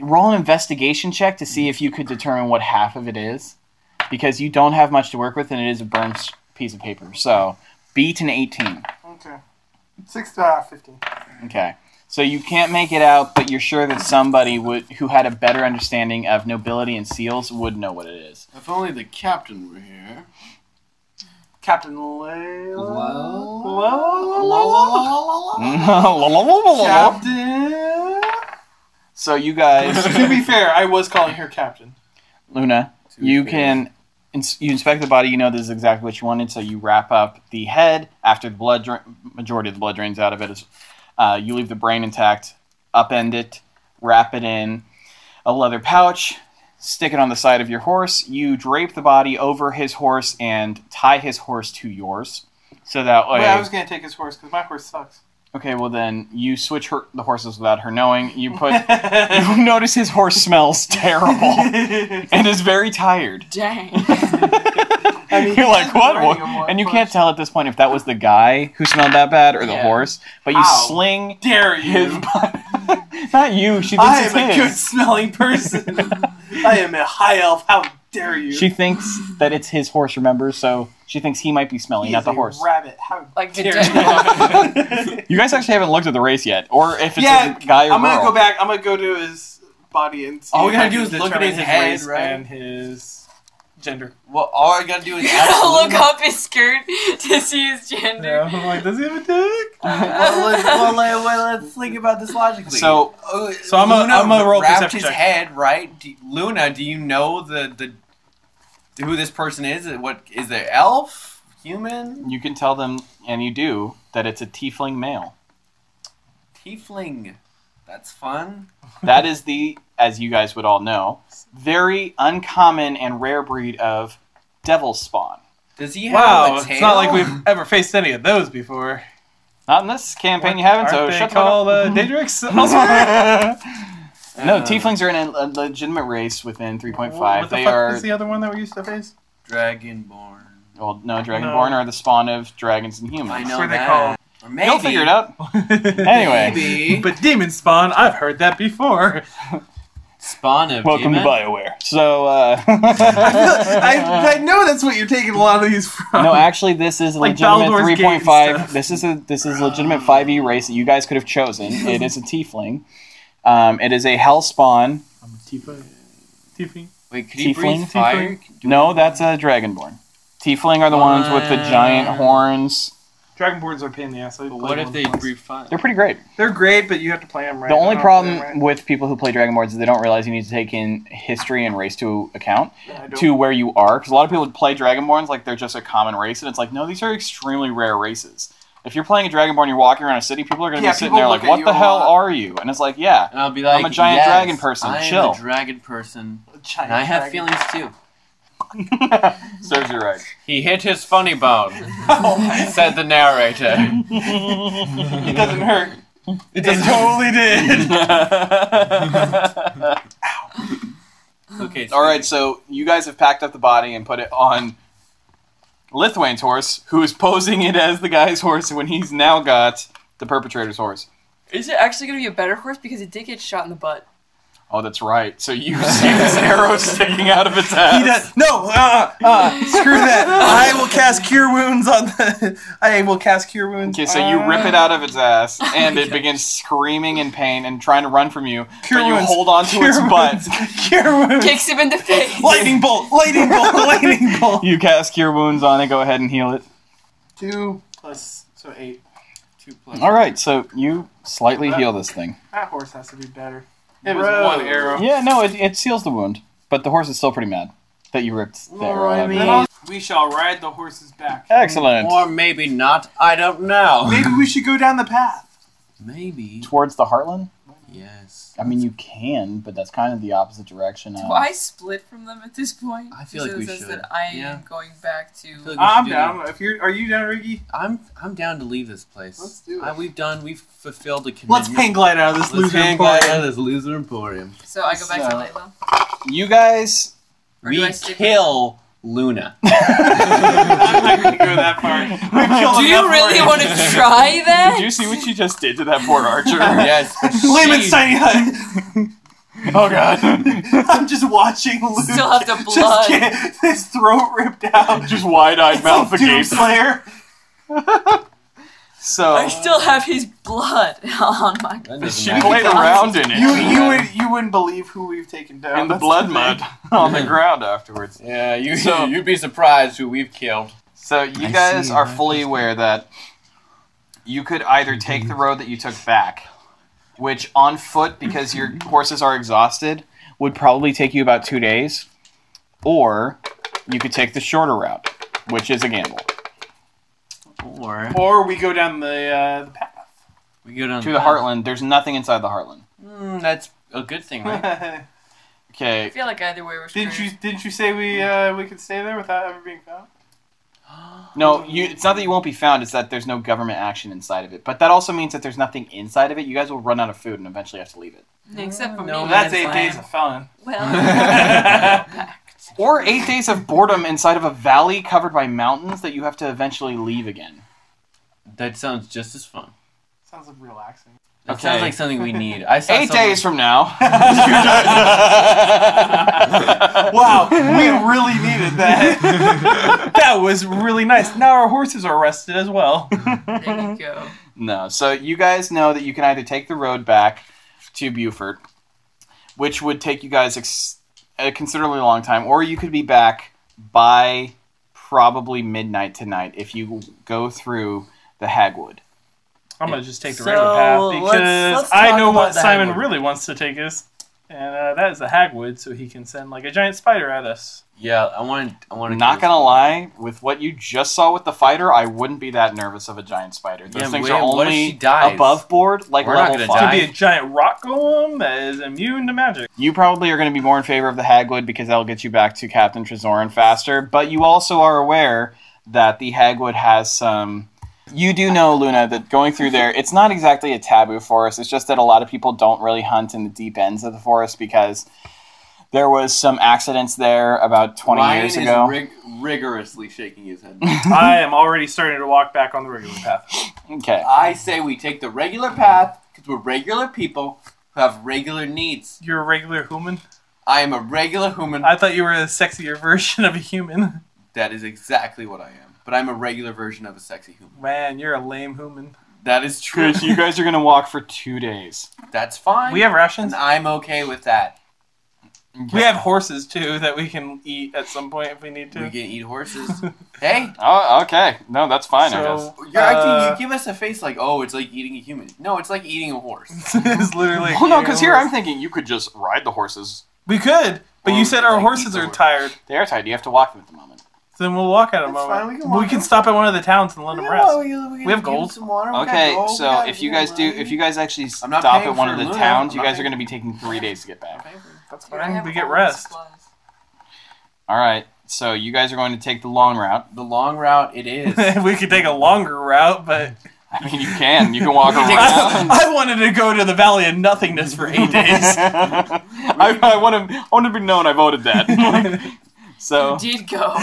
S1: Roll an investigation check to see if you could determine what half of it is, because you don't have much to work with, and it is a burnt s- piece of paper. So beat an eighteen.
S5: Okay. Six to uh, 15.
S1: Okay. So you can't make it out, but you're sure that somebody would who had a better understanding of nobility and seals would know what it is. (laughs)
S2: If only the captain were here.
S5: Captain Layla. Captain.
S1: so you guys, (laughs)
S5: to be fair, I was calling her Captain.
S3: Oh,
S1: Luna, you can ins- you inspect the body. You know this is exactly what you wanted, so you wrap up the head after the blood dra- majority of the blood drains out of it. Is uh, you leave the brain intact, upend it, wrap it in a leather pouch, stick it on the side of your horse. You drape the body over his horse and tie his horse to yours, so that way.
S5: Wait, I was gonna take his horse because my horse sucks.
S1: Okay, well then you switch her the horses without her knowing. You put (laughs)
S5: (laughs)
S1: you notice his horse smells terrible and is very tired.
S2: (laughs)
S4: Dang.
S5: (laughs) I mean,
S1: You're like what?
S5: riding
S1: What?"
S5: him one
S1: And you
S5: horse.
S1: can't tell at this point if that was the guy who smelled that bad or the
S2: Yeah.
S1: horse. But you
S5: Ow.
S1: sling
S5: Dare you?
S1: his (laughs) not you. She
S5: I
S1: thinks
S5: am a
S1: it's
S5: good
S1: his.
S5: smelling person.
S3: (laughs)
S5: (laughs) I am a high elf. How dare
S1: (laughs)
S5: you?
S1: She thinks that it's his horse. Remember, so she thinks he might be smelling,
S5: He
S1: not
S5: is
S1: the
S5: a
S1: horse.
S5: Rabbit. How
S4: Like the
S5: dare
S3: (laughs)
S1: dead-
S5: you?
S1: you guys actually haven't looked at the race yet, or if it's
S5: Yeah,
S1: a guy or
S5: (laughs) I'm gonna
S1: girl.
S5: go back. I'm gonna go to his body and. See
S2: All we
S5: if
S2: gotta
S5: I
S2: do
S5: can
S2: is look at
S5: determine
S2: his head,
S5: race
S2: right?
S5: And his gender.
S2: Well, all I gotta do is ask
S4: I'll (laughs) look
S2: Luna.
S4: up his skirt (laughs) to see his gender. (laughs)
S3: I'm like, does he have a dick?
S2: (laughs) Well, let's, well, let, well, let's think about this logically.
S1: So
S2: Uh,
S3: So I'm a-
S2: Luna
S3: I'm a roll
S2: wrapped
S3: perception
S2: his
S3: check.
S2: head right. Do, Luna, do you know the the who this person is? What is there? Elf, human,
S1: you can tell them, and you do, that it's a tiefling male.
S2: tiefling? That's fun.
S1: That is the, as you guys would all know, very uncommon and rare breed of devil spawn.
S2: Does he have
S3: Wow,
S2: a tail?
S3: it's not like we've ever faced any of those before.
S1: Not in this campaign, you haven't. So
S3: Aren't they
S1: shut the fuck
S3: called
S1: up. (laughs)
S3: uh, Daedrics elsewhere?
S1: no,
S2: Uh,
S1: tieflings are in a, a legitimate race within 3.5.
S3: What the
S1: they
S3: fuck
S1: are
S3: is the other one that we used to face?
S2: Dragonborn.
S1: well, no, dragonborn are the spawn of dragons and humans.
S2: I know
S3: What are they
S2: that.
S3: called?
S2: Or maybe,
S1: You'll Hmm. figure it out. (laughs) Anyway. (laughs)
S2: Maybe.
S3: (laughs) But demon spawn, I've heard that before.
S2: Spawn of
S1: Welcome
S2: demon?
S1: to Bioware. So, uh,
S5: I, I know that's what you're taking a lot of these
S1: (laughs)
S5: from.
S1: no, actually, this is a
S3: (laughs) Like
S1: legitimate
S3: Baldur's Gate and
S1: 3.5.
S3: stuff.
S1: This is a this is a legitimate 5e race that you guys could have chosen. It
S3: (laughs)
S1: is a tiefling. Um, it is a hell spawn.
S3: I'm a Tifa. Tifa.
S2: Wait, could he breathe
S1: Tiefling?
S2: fire?
S1: No, that's a dragonborn. Tiefling are the ones with the giant
S2: Wow.
S1: horns.
S3: Dragonborn's are a pain in the ass. I played
S2: What
S3: one
S2: if
S3: of
S2: they
S3: those.
S2: breathe fire?
S1: They're pretty great.
S5: They're great, but you have to play them right.
S1: The only
S5: I don't play 'em
S1: problem with people who play Dragonborns is they don't realize you need to take in history and race to account
S5: right. I don't-
S1: to where you are. Because a lot of people would play Dragonborns like they're just a common race, and it's like, no, these are extremely rare races. If you're playing a Dragonborn, you're walking around a city, people are going to
S5: Yeah,
S1: be sitting
S5: people
S1: there
S5: look
S1: like,
S5: at
S1: what
S5: you
S1: the
S5: a
S1: hell
S5: lot.
S1: are you? And it's like, yeah.
S5: (laughs)
S2: And I'll be like,
S1: a giant
S2: yes,
S1: dragon person,
S2: I am
S1: chill."
S2: a dragon person, and
S5: Giant
S2: I have
S5: dragon.
S3: (laughs)
S2: feelings too.
S1: Serves you right.
S2: He hit his funny bone, (laughs)
S3: Oh,
S1: (laughs)
S2: said the narrator.
S5: (laughs) It doesn't hurt.
S3: It
S1: (laughs)
S3: totally did.
S2: (laughs)
S5: (laughs)
S2: okay, so
S1: All right, so you guys have packed up the body and put it on Lithuane's horse, who is posing it as the guy's horse when he's now got the perpetrator's horse.
S4: Is it actually gonna be a better horse because it did get shot in the butt?
S1: Oh, that's right. So
S3: (laughs)
S1: you see this arrow sticking out of its ass.
S3: He does. No, uh, uh, screw that. I will cast Cure Wounds on the. (laughs) I will cast Cure Wounds. Uh,
S1: Okay, so you rip it out of its ass, and
S3: (laughs)
S1: it begins screaming in pain and trying to run from you.
S3: Cure
S1: but you
S3: wounds.
S1: hold on to
S3: Cure
S1: its
S3: wounds.
S1: butt.
S3: Cure Wounds.
S4: Kicks him
S2: (laughs)
S4: in the face.
S3: Lightning bolt.
S1: (laughs)
S3: Lightning bolt. Lightning bolt.
S1: You cast cure wounds on it. Go ahead and heal it.
S5: Two plus so eight. Two plus.
S1: All right, so you slightly heal this thing.
S5: That horse has to be better. It was
S2: Bro.
S5: one arrow.
S1: Yeah, no, it, it seals the wound, but the horse is still pretty mad that you ripped the arrow out of
S5: Then
S1: it.
S3: (laughs)
S5: I'll- we shall ride the horses back.
S1: Excellent.
S2: or maybe not. I don't know.
S5: Maybe we should go down the path.
S2: (laughs) Maybe.
S1: Towards the heartland.
S2: Yes.
S1: I mean, you can, but that's kind of the opposite direction. Of,
S4: Do I split from them at this point?
S2: I feel like
S4: Just in
S2: we
S4: the sense
S2: should.
S4: That I
S2: Yeah.
S4: am going back to.
S2: I feel like
S3: I'm
S2: we should do
S3: down. If you're, are you down, Ricky?
S2: I'm I'm down to leave this place.
S3: Let's do it.
S2: I, we've done. We've fulfilled a commitment.
S6: Let's hang glide out of this
S2: Let's
S6: loser
S2: hang glide out
S6: emporium.
S2: of this loser emporium.
S4: so I go back to
S1: So-
S4: Layla.
S1: you (laughs) guys.
S4: Or do
S2: we
S4: I stick with-
S2: kill Luna.
S3: (laughs) I'm not going to go that far.
S4: Do you really want
S3: (laughs)
S4: to
S2: (laughs)
S4: try that?
S1: Did you see what she just did to that poor (laughs) archer?
S2: (laughs) yes. but
S3: Lemon's
S2: she-
S3: tiny hut.
S1: oh god.
S3: (laughs) I'm just watching Luke.
S4: Still have the
S3: Just
S4: blood.
S3: get his throat ripped out.
S1: Just wide-eyed,
S3: It's like
S1: mouth agape.
S3: Doomslayer.
S4: I
S3: Oh.
S1: So
S4: still have his blood (laughs) on my.
S2: That
S1: the
S2: doesn't
S1: shit
S2: matter.
S1: played around in it,
S3: You you would you wouldn't believe who we've taken down.
S1: and the
S3: That's
S1: blood
S3: thing.
S1: mud on (laughs) the ground afterwards.
S2: Yeah, you
S1: So-
S2: (laughs) you'd be surprised who we've killed.
S1: So you
S2: I
S1: guys
S2: see,
S1: are
S2: right,
S1: fully
S2: that's
S1: aware that you could either take the road that you took back, which on foot because
S2: (clears throat)
S1: your horses are exhausted would probably take you about 2 days, or you could take the shorter route, which is a gamble.
S2: Or
S3: Or we go down the uh, the path.
S2: we go down
S1: To the heartland, there's nothing inside the heartland.
S2: Mm, that's a good thing,
S1: (laughs)
S2: right?
S4: I
S1: Okay.
S4: feel like either way we're screwed.
S3: (laughs) didn't you didn't you say we uh, we could stay there without ever being found?
S1: No, you it's not that you won't be found, it's that there's no government action inside of it. But that also means that there's nothing inside of it. You guys will run out of food and eventually have to leave it.
S4: Except for
S2: No,
S4: me.
S3: that's
S4: and
S3: eight
S4: Layla.
S3: days of felon.
S1: (laughs)
S4: Well, packed.
S1: Or 8 days of boredom inside of a valley covered by mountains that you have to eventually leave again.
S2: That sounds just as fun.
S3: Sounds like relaxing.
S2: That
S1: Okay.
S2: sounds like something we need. I saw
S1: Eight
S2: someone-
S1: days from now.
S3: (laughs) Wow,
S1: (laughs)
S3: we really needed that. that was really (laughs) nice. Now our horses are rested as well.
S1: (laughs)
S4: There you go.
S1: no, so you guys know that you can either take the road back to Beaufort, which would take you guys ex- a considerably long time, or you could be back by probably midnight tonight if you go through the Hagwood.
S3: I'm gonna just take the
S7: So,
S3: regular path because
S7: let's- let's
S3: I
S7: talk
S3: know what
S7: about the
S3: Simon
S7: Hagwood.
S3: really wants to take us, and uh, that is the Hagwood, so he can send like a giant spider at us.
S2: Yeah, I want. I want to.
S1: I'm not gonna lie, with what you just saw with the fighter, I wouldn't be that nervous of a giant spider. Those
S2: Yeah,
S1: things
S2: wait,
S1: are
S2: what if she
S1: only
S2: dies?
S1: above board, like
S2: We're not
S1: level
S2: gonna
S1: five.
S3: Could
S2: die.
S3: be a giant rock golem that is immune to magic. (laughs)
S1: You probably are going to be more in favor of the Hagwood because that'll get you back to Captain Trezoran faster. But you also are aware that the Hagwood has some. You do know, Luna, that going through there, it's not exactly a taboo forest. It's just that a lot of people don't really hunt in the deep ends of the forest because there was some accidents there about 20
S2: Ryan
S1: years
S2: is
S1: ago. (laughs)
S2: rig- rigorously shaking his head.
S3: I am already starting to walk back on the regular path.
S1: okay.
S2: I say we take the regular path because we're regular people who have regular needs.
S3: You're a regular human.
S2: I am a regular human.
S3: I thought you were a sexier (laughs) version of a human.
S2: that is exactly what I am. But I'm a regular version of a sexy human.
S3: Man, you're a lame human.
S2: That is true.
S1: Good. so You guys are going to walk for two days.
S2: (laughs) That's fine.
S3: We have rations.
S2: and I'm okay with that.
S3: We have horses too that we can eat at some point if we need
S2: We
S3: to.
S2: can
S3: (laughs)
S2: eat horses. hey,
S1: Oh, okay. No, that's fine, I guess.
S3: so
S2: you're
S3: uh,
S2: acting. You give us a face like, oh, it's like eating a human. No, it's like eating
S3: (laughs)
S2: a horse.
S3: it's literally.
S1: Well, no,
S3: no,
S1: because here I'm thinking you could just ride the horses.
S3: We could, but
S2: Or
S3: you said our
S2: like
S3: horses
S2: either
S3: are
S2: way.
S3: tired.
S1: They are tied. You have to walk them at the moment.
S3: So then we'll walk at a
S2: That's
S3: moment.
S2: fine, we
S3: we
S2: can
S3: can,
S2: walk them.
S3: stop at one of the towns and let them rest. We have gold.
S2: Oh
S1: Okay, so if you guys do, if you guys actually
S2: I'm not
S1: stop at
S2: paying
S1: one
S2: for
S1: of the
S2: Luna.
S1: towns, you
S2: I'm not
S1: guys are
S2: paying-
S1: going to be taking three days to get back.
S3: That's
S4: Dude, I
S3: fine.
S4: have
S3: We get
S4: all
S3: (laughs)
S4: the
S3: rest.
S4: supplies.
S1: All right, so you guys are going to take the long route. (laughs)
S2: the long route, it
S3: (laughs)
S2: is.
S3: we could take a longer
S1: (laughs)
S3: route, but
S1: I mean, you can, you can walk
S2: We can
S3: (laughs)
S2: take
S3: I,
S1: around.
S3: I wanted to go to the Valley of
S1: (laughs)
S3: Nothingness for eight days. (laughs)
S1: I, I want to, I want to be known I voted
S3: (laughs)
S1: that. so
S4: Did go.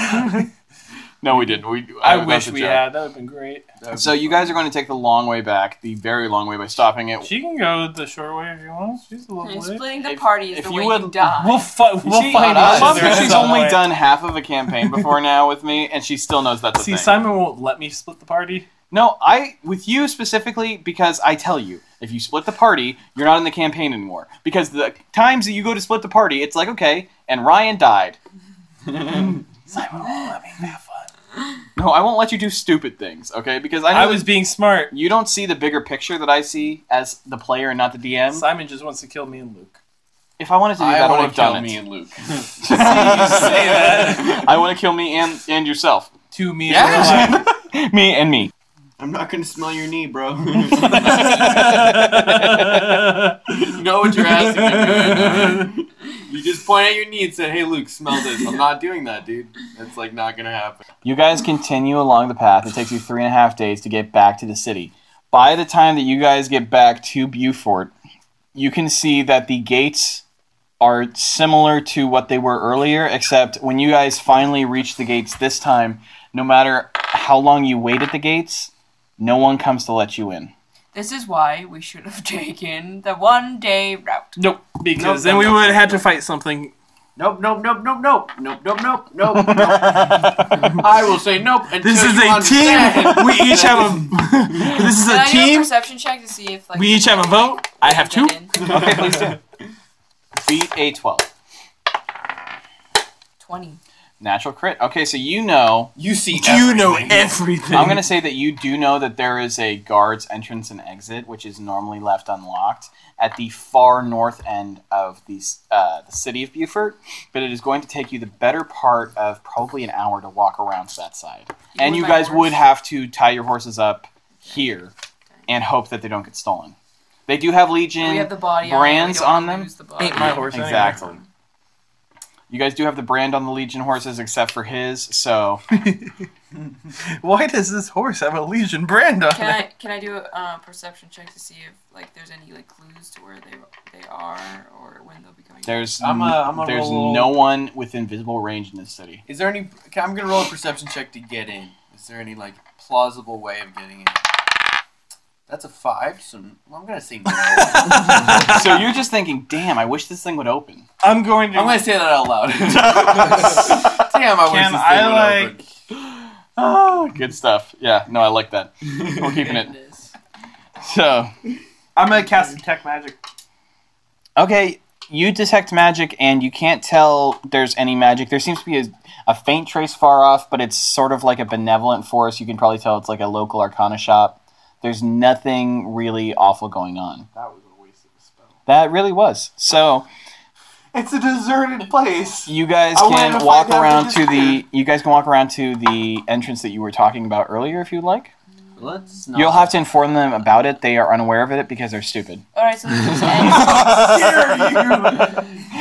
S1: no, we didn't. We,
S3: I
S1: that
S3: wish
S1: was a
S3: we
S1: joke.
S3: had. That would have been great.
S1: So you guys are going to take the long way back, the very long way by stopping it.
S3: She can go the short way if you want. She's a
S4: And
S3: little late.
S4: splitting the
S1: If-
S4: party is
S1: if
S4: the
S1: you
S4: way
S1: would-
S4: you die.
S3: We'll, fi-
S1: You
S3: we'll
S1: see,
S3: find
S1: I
S3: out.
S1: love
S3: if
S1: that
S3: there
S1: she's
S3: is another
S1: only
S3: way.
S1: done half of a campaign before now with me, and she still knows that's a
S3: See,
S1: thing.
S3: Simon won't let me split the party.
S1: No, I with you specifically because I tell you, if you split the party, you're not in the campaign anymore. Because the times that you go to split the party, it's like okay, and Ryan died.
S3: Simon won't let me have fun.
S1: No, I won't let you do stupid things, okay? Because I know
S3: I was being smart.
S1: that you don't see the bigger picture that I see as the player and not the DM.
S3: Simon just wants to kill me and Luke.
S1: if I wanted to do
S2: I
S1: that, I would
S2: want
S1: have
S2: to kill
S1: done
S3: (laughs)
S2: me
S1: it.
S2: and Luke. (laughs)
S3: that.
S1: (laughs) I want to kill me and and yourself,
S3: To me, (laughs)
S2: Yeah.
S1: (laughs)
S3: and Luke.
S1: me and me.
S2: I'm not gonna smell your knee, (laughs) bro. you know what you're asking. me, man. You just point at your knee and say, "Hey, Luke, smell this." I'm not doing that, dude. That's like not gonna happen.
S1: You guys continue along the path. It takes you three and a half days to get back to the city. By the time that you guys get back to Beaufort, you can see that the gates are similar to what they were earlier, except when you guys finally reach the gates this time, no matter how long you wait at the gates, no one comes to let you in.
S4: This is why we should have (laughs) taken the one day route.
S3: Nope. Because
S2: Nope,
S3: then we
S2: nope,
S3: would have had to fight something.
S2: Nope, nope, nope, nope, nope, nope, nope, nope, nope. nope. (laughs) I will say nope until
S5: This is
S2: you
S5: a
S2: understand.
S5: team. We
S2: (laughs)
S5: each have a. this is
S4: Can
S5: a
S4: I do
S5: team.
S4: perception check to see if like
S5: We each have a vote. I have two.
S4: get in?
S1: Okay, please do. Beat a 12.
S4: Twenty.
S1: Natural crit. Okay, so you know,
S2: You see,
S5: You know
S2: everything.
S5: everything.
S1: I'm going to say that you do know that there is a guard's entrance and exit, which is normally left unlocked at the far north end of the, s- uh, the city of Beaufort, but it is going to take you the better part of probably an hour to walk around to that side. and
S4: would
S1: you
S4: my
S1: guys
S4: horse.
S1: would have to tie your horses up here and hope that they don't get stolen. They do have Legion.
S4: We have the body. on,
S1: brands
S4: we don't
S1: on them?
S4: lose The body.
S3: Ain't my horse. anyway.
S1: Exactly. You guys do have the brand on the Legion horses, except for his. So
S5: (laughs) Why does this horse have a Legion brand on
S4: Can
S5: it?
S4: I can I do a uh, perception check to see if like there's any like clues to where they they are or when they'll be coming?
S1: there's
S2: (laughs) I'm a- I'm a
S1: there's
S2: roll-
S1: no one within visible range in this city.
S2: Is there any? okay, I'm gonna roll a perception check to get in. Is there any like plausible way of getting in? That's a five, so well, I'm gonna say (laughs) no. I'm
S1: so you're just thinking, damn, I wish this thing would open.
S5: I'm going to. (laughs)
S2: gonna say that out loud. (laughs) Damn, I wish
S5: Can
S2: this
S5: I,
S2: thing would
S5: like-
S2: open.
S1: (laughs) Oh, good stuff. Yeah, no, I like that. We're keeping it.
S4: Goodness.
S1: So
S5: I'm gonna cast detect magic.
S1: okay, you detect magic, and you can't tell there's any magic. There seems to be a, a faint trace far off, but it's sort of like a benevolent force. You can probably tell it's like a local arcana shop. There's nothing really awful going on.
S5: That was a waste of a spell.
S1: That really was so.
S5: It's a deserted place.
S1: You guys
S5: I wanted to
S1: can
S5: find
S1: walk
S5: out
S1: around
S5: if
S1: to
S5: it's
S1: the. You guys can walk around to the entrance that you were talking about earlier, if you'd like.
S2: Let's not.
S1: You'll have to inform them about it. They are unaware of it because they're stupid.
S4: All right,
S5: (laughs)
S4: so this is end.
S1: (laughs)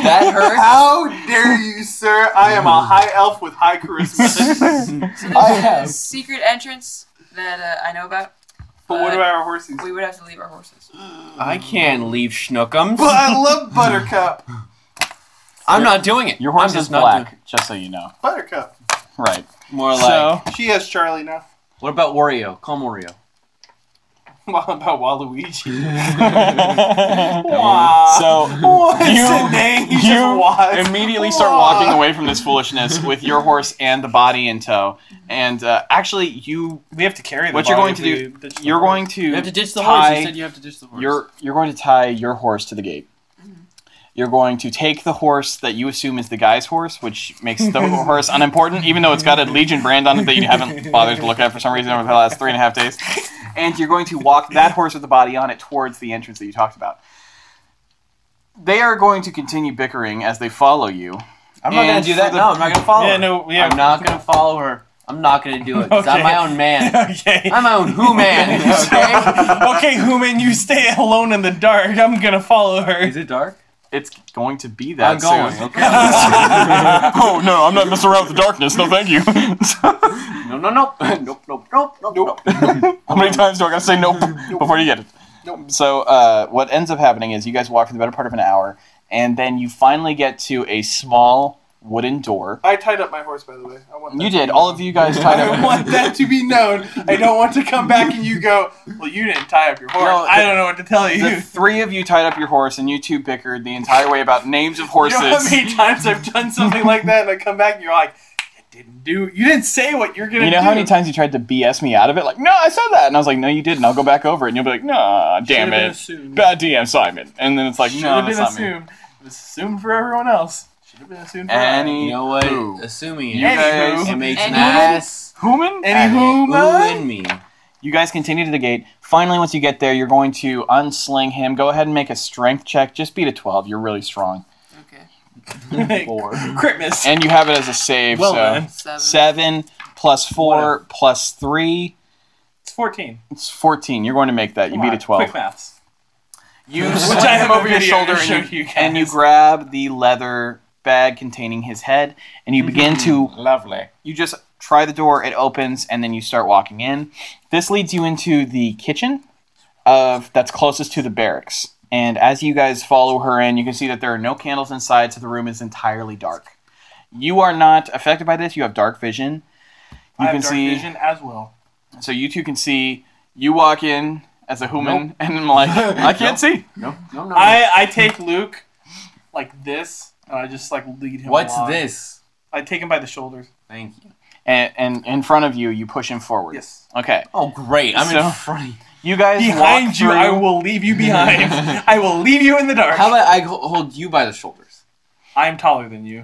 S2: that hurts. (laughs)
S5: How dare you, sir? I am a high elf with
S2: (laughs)
S5: high charisma.
S4: So there's a secret entrance that uh, I know about. Uh,
S5: but what about our horses? (laughs)
S4: We would have to leave our horses.
S2: I can't leave Schnookums.
S5: But I love Buttercup.
S2: I'm not doing it.
S1: Your horse
S2: I'm
S1: is
S2: just
S1: black,
S2: Not
S1: just so you know.
S5: Buttercup.
S1: Right.
S2: doing, more
S1: So-
S2: like.
S5: She has Charlie now.
S2: What about Wario? Call Wario.
S5: What about Waluigi?
S2: (laughs)
S5: Uh,
S1: so
S5: What's
S1: You-
S5: the name?
S1: (laughs)
S5: He
S1: you
S5: just was.
S1: immediately start walking away from this foolishness with your horse and the body in tow. And uh, actually, you
S3: We have to carry them.
S1: What you're
S3: all
S1: going
S3: if
S1: to
S3: we ditch the
S1: you're
S3: horse.
S1: going to
S2: You have to ditch the horse.
S1: tie-
S2: You said you have to ditch the horse.
S1: You're you're going to tie your horse to the gate. You're going to take the horse that you assume is the guy's horse, which makes the horse unimportant, even though it's got a Legion brand on it that you haven't bothered to look at for some reason over the last three and a half days. And you're going to walk that horse with the body on it towards the entrance that you talked about. They are going to continue bickering as they follow you.
S2: I'm not gonna
S1: and
S2: do
S1: for
S2: that.
S1: the- (laughs)
S2: No, I'm not gonna follow.
S3: Yeah,
S2: her.
S3: no, yeah.
S2: I'm not gonna follow her. I'm not gonna do it. 'cause I'm
S3: Okay.
S2: my
S3: (laughs)
S2: own man.
S5: (laughs)
S3: okay.
S2: I'm my own
S1: (laughs)
S3: (laughs)
S2: who man. Okay. (laughs)
S3: okay, Human, you stay alone in the dark. I'm gonna follow her.
S2: it dark?
S1: It's going to be that
S2: I'm going.
S1: soon. (laughs)
S2: Okay.
S1: oh no, I'm not messing around with the darkness. No, thank you. (laughs)
S2: No, no, (laughs) no. Nope, nope, nope, nope, nope.
S1: How many times do I gotta say
S5: (laughs)
S1: nope, before you get it? So uh, what ends up happening is you guys walk for the better part of an hour, and then you finally get to a small wooden door.
S5: I tied up my horse, by the way. I want that.
S1: You did. All of you guys tied
S5: I
S1: up.
S5: (laughs) want that to be known. I don't want to come back and you go, well, you didn't tie up your horse.
S1: No,
S5: I don't know what to tell you.
S1: The three of you tied up your horse, and you two bickered the entire way about names of
S5: (laughs) You know how
S1: horses.
S5: many times I've done something like that and I come back and you're like, you didn't do, you didn't say what you're gonna
S1: You
S5: do.
S1: know how many times you tried to BS me out of it? Like, no, I said that, and I was like, no, you didn't. I'll go back over it, and you'll be like, nah, damn
S5: Should've been
S1: it,
S5: assumed.
S1: bad DM Simon. And then it's like,
S5: Should
S1: no,
S5: have been
S1: that's not me.
S5: assumed. It was assumed for everyone else. Should have been assumed for
S1: Any-
S2: You know what?
S1: Who?
S2: Assuming
S1: You
S2: it,
S1: guys,
S2: it makes
S4: And
S2: an
S4: who?
S2: ass.
S1: Human?
S5: Any who,
S2: Who
S5: man?
S2: in me?
S1: You guys continue to the gate. Finally, once you get there, you're going to unsling him. Go ahead and make a strength check. Just beat a 12. You're really
S3: (laughs)
S1: strong.
S4: Okay.
S2: Four.
S5: Crit miss.
S1: And you have it as a save.
S5: Well
S1: so
S5: done.
S4: Seven.
S1: seven plus four plus three
S3: 14.
S1: It's 14. You're going to make that. You
S3: Come
S1: beat
S3: on,
S1: a 12.
S3: Quick maths.
S8: You
S3: Which I have over your
S1: video
S3: (laughs) shoulder
S1: to show
S3: and you,
S1: And you
S3: guys.
S1: grab the leather bag containing his head, and
S3: Mm-hmm.
S1: you begin to
S5: Lovely.
S1: you just try the door, it opens, and then you start walking in. This leads you into the kitchen of that's closest to the barracks. And as you guys follow her in, you can see that there are no candles inside, so the room is entirely dark. You are not affected by this. You have dark vision.
S3: I
S1: You
S3: have
S1: can
S3: dark
S1: see.
S3: vision as well.
S1: So you two can see. You walk in as a human, (laughs) and I'm like, I
S3: (laughs)
S1: can't see.
S2: No, no, no.
S3: I, I take Luke like this, and I just like lead him.
S2: What's
S3: along.
S2: this?
S3: I take him by the shoulders.
S2: Thank you.
S1: And, and in front of you, you push him forward.
S3: Yes.
S1: Okay.
S2: Oh, great. I'm
S1: So-
S2: in front. of you.
S1: You guys
S3: Behind
S1: walk
S3: you,
S1: through-
S3: I will leave
S1: (laughs)
S3: you behind. I will leave you in the dark.
S2: How about I ho- hold you by the shoulders?
S3: I'm taller than you.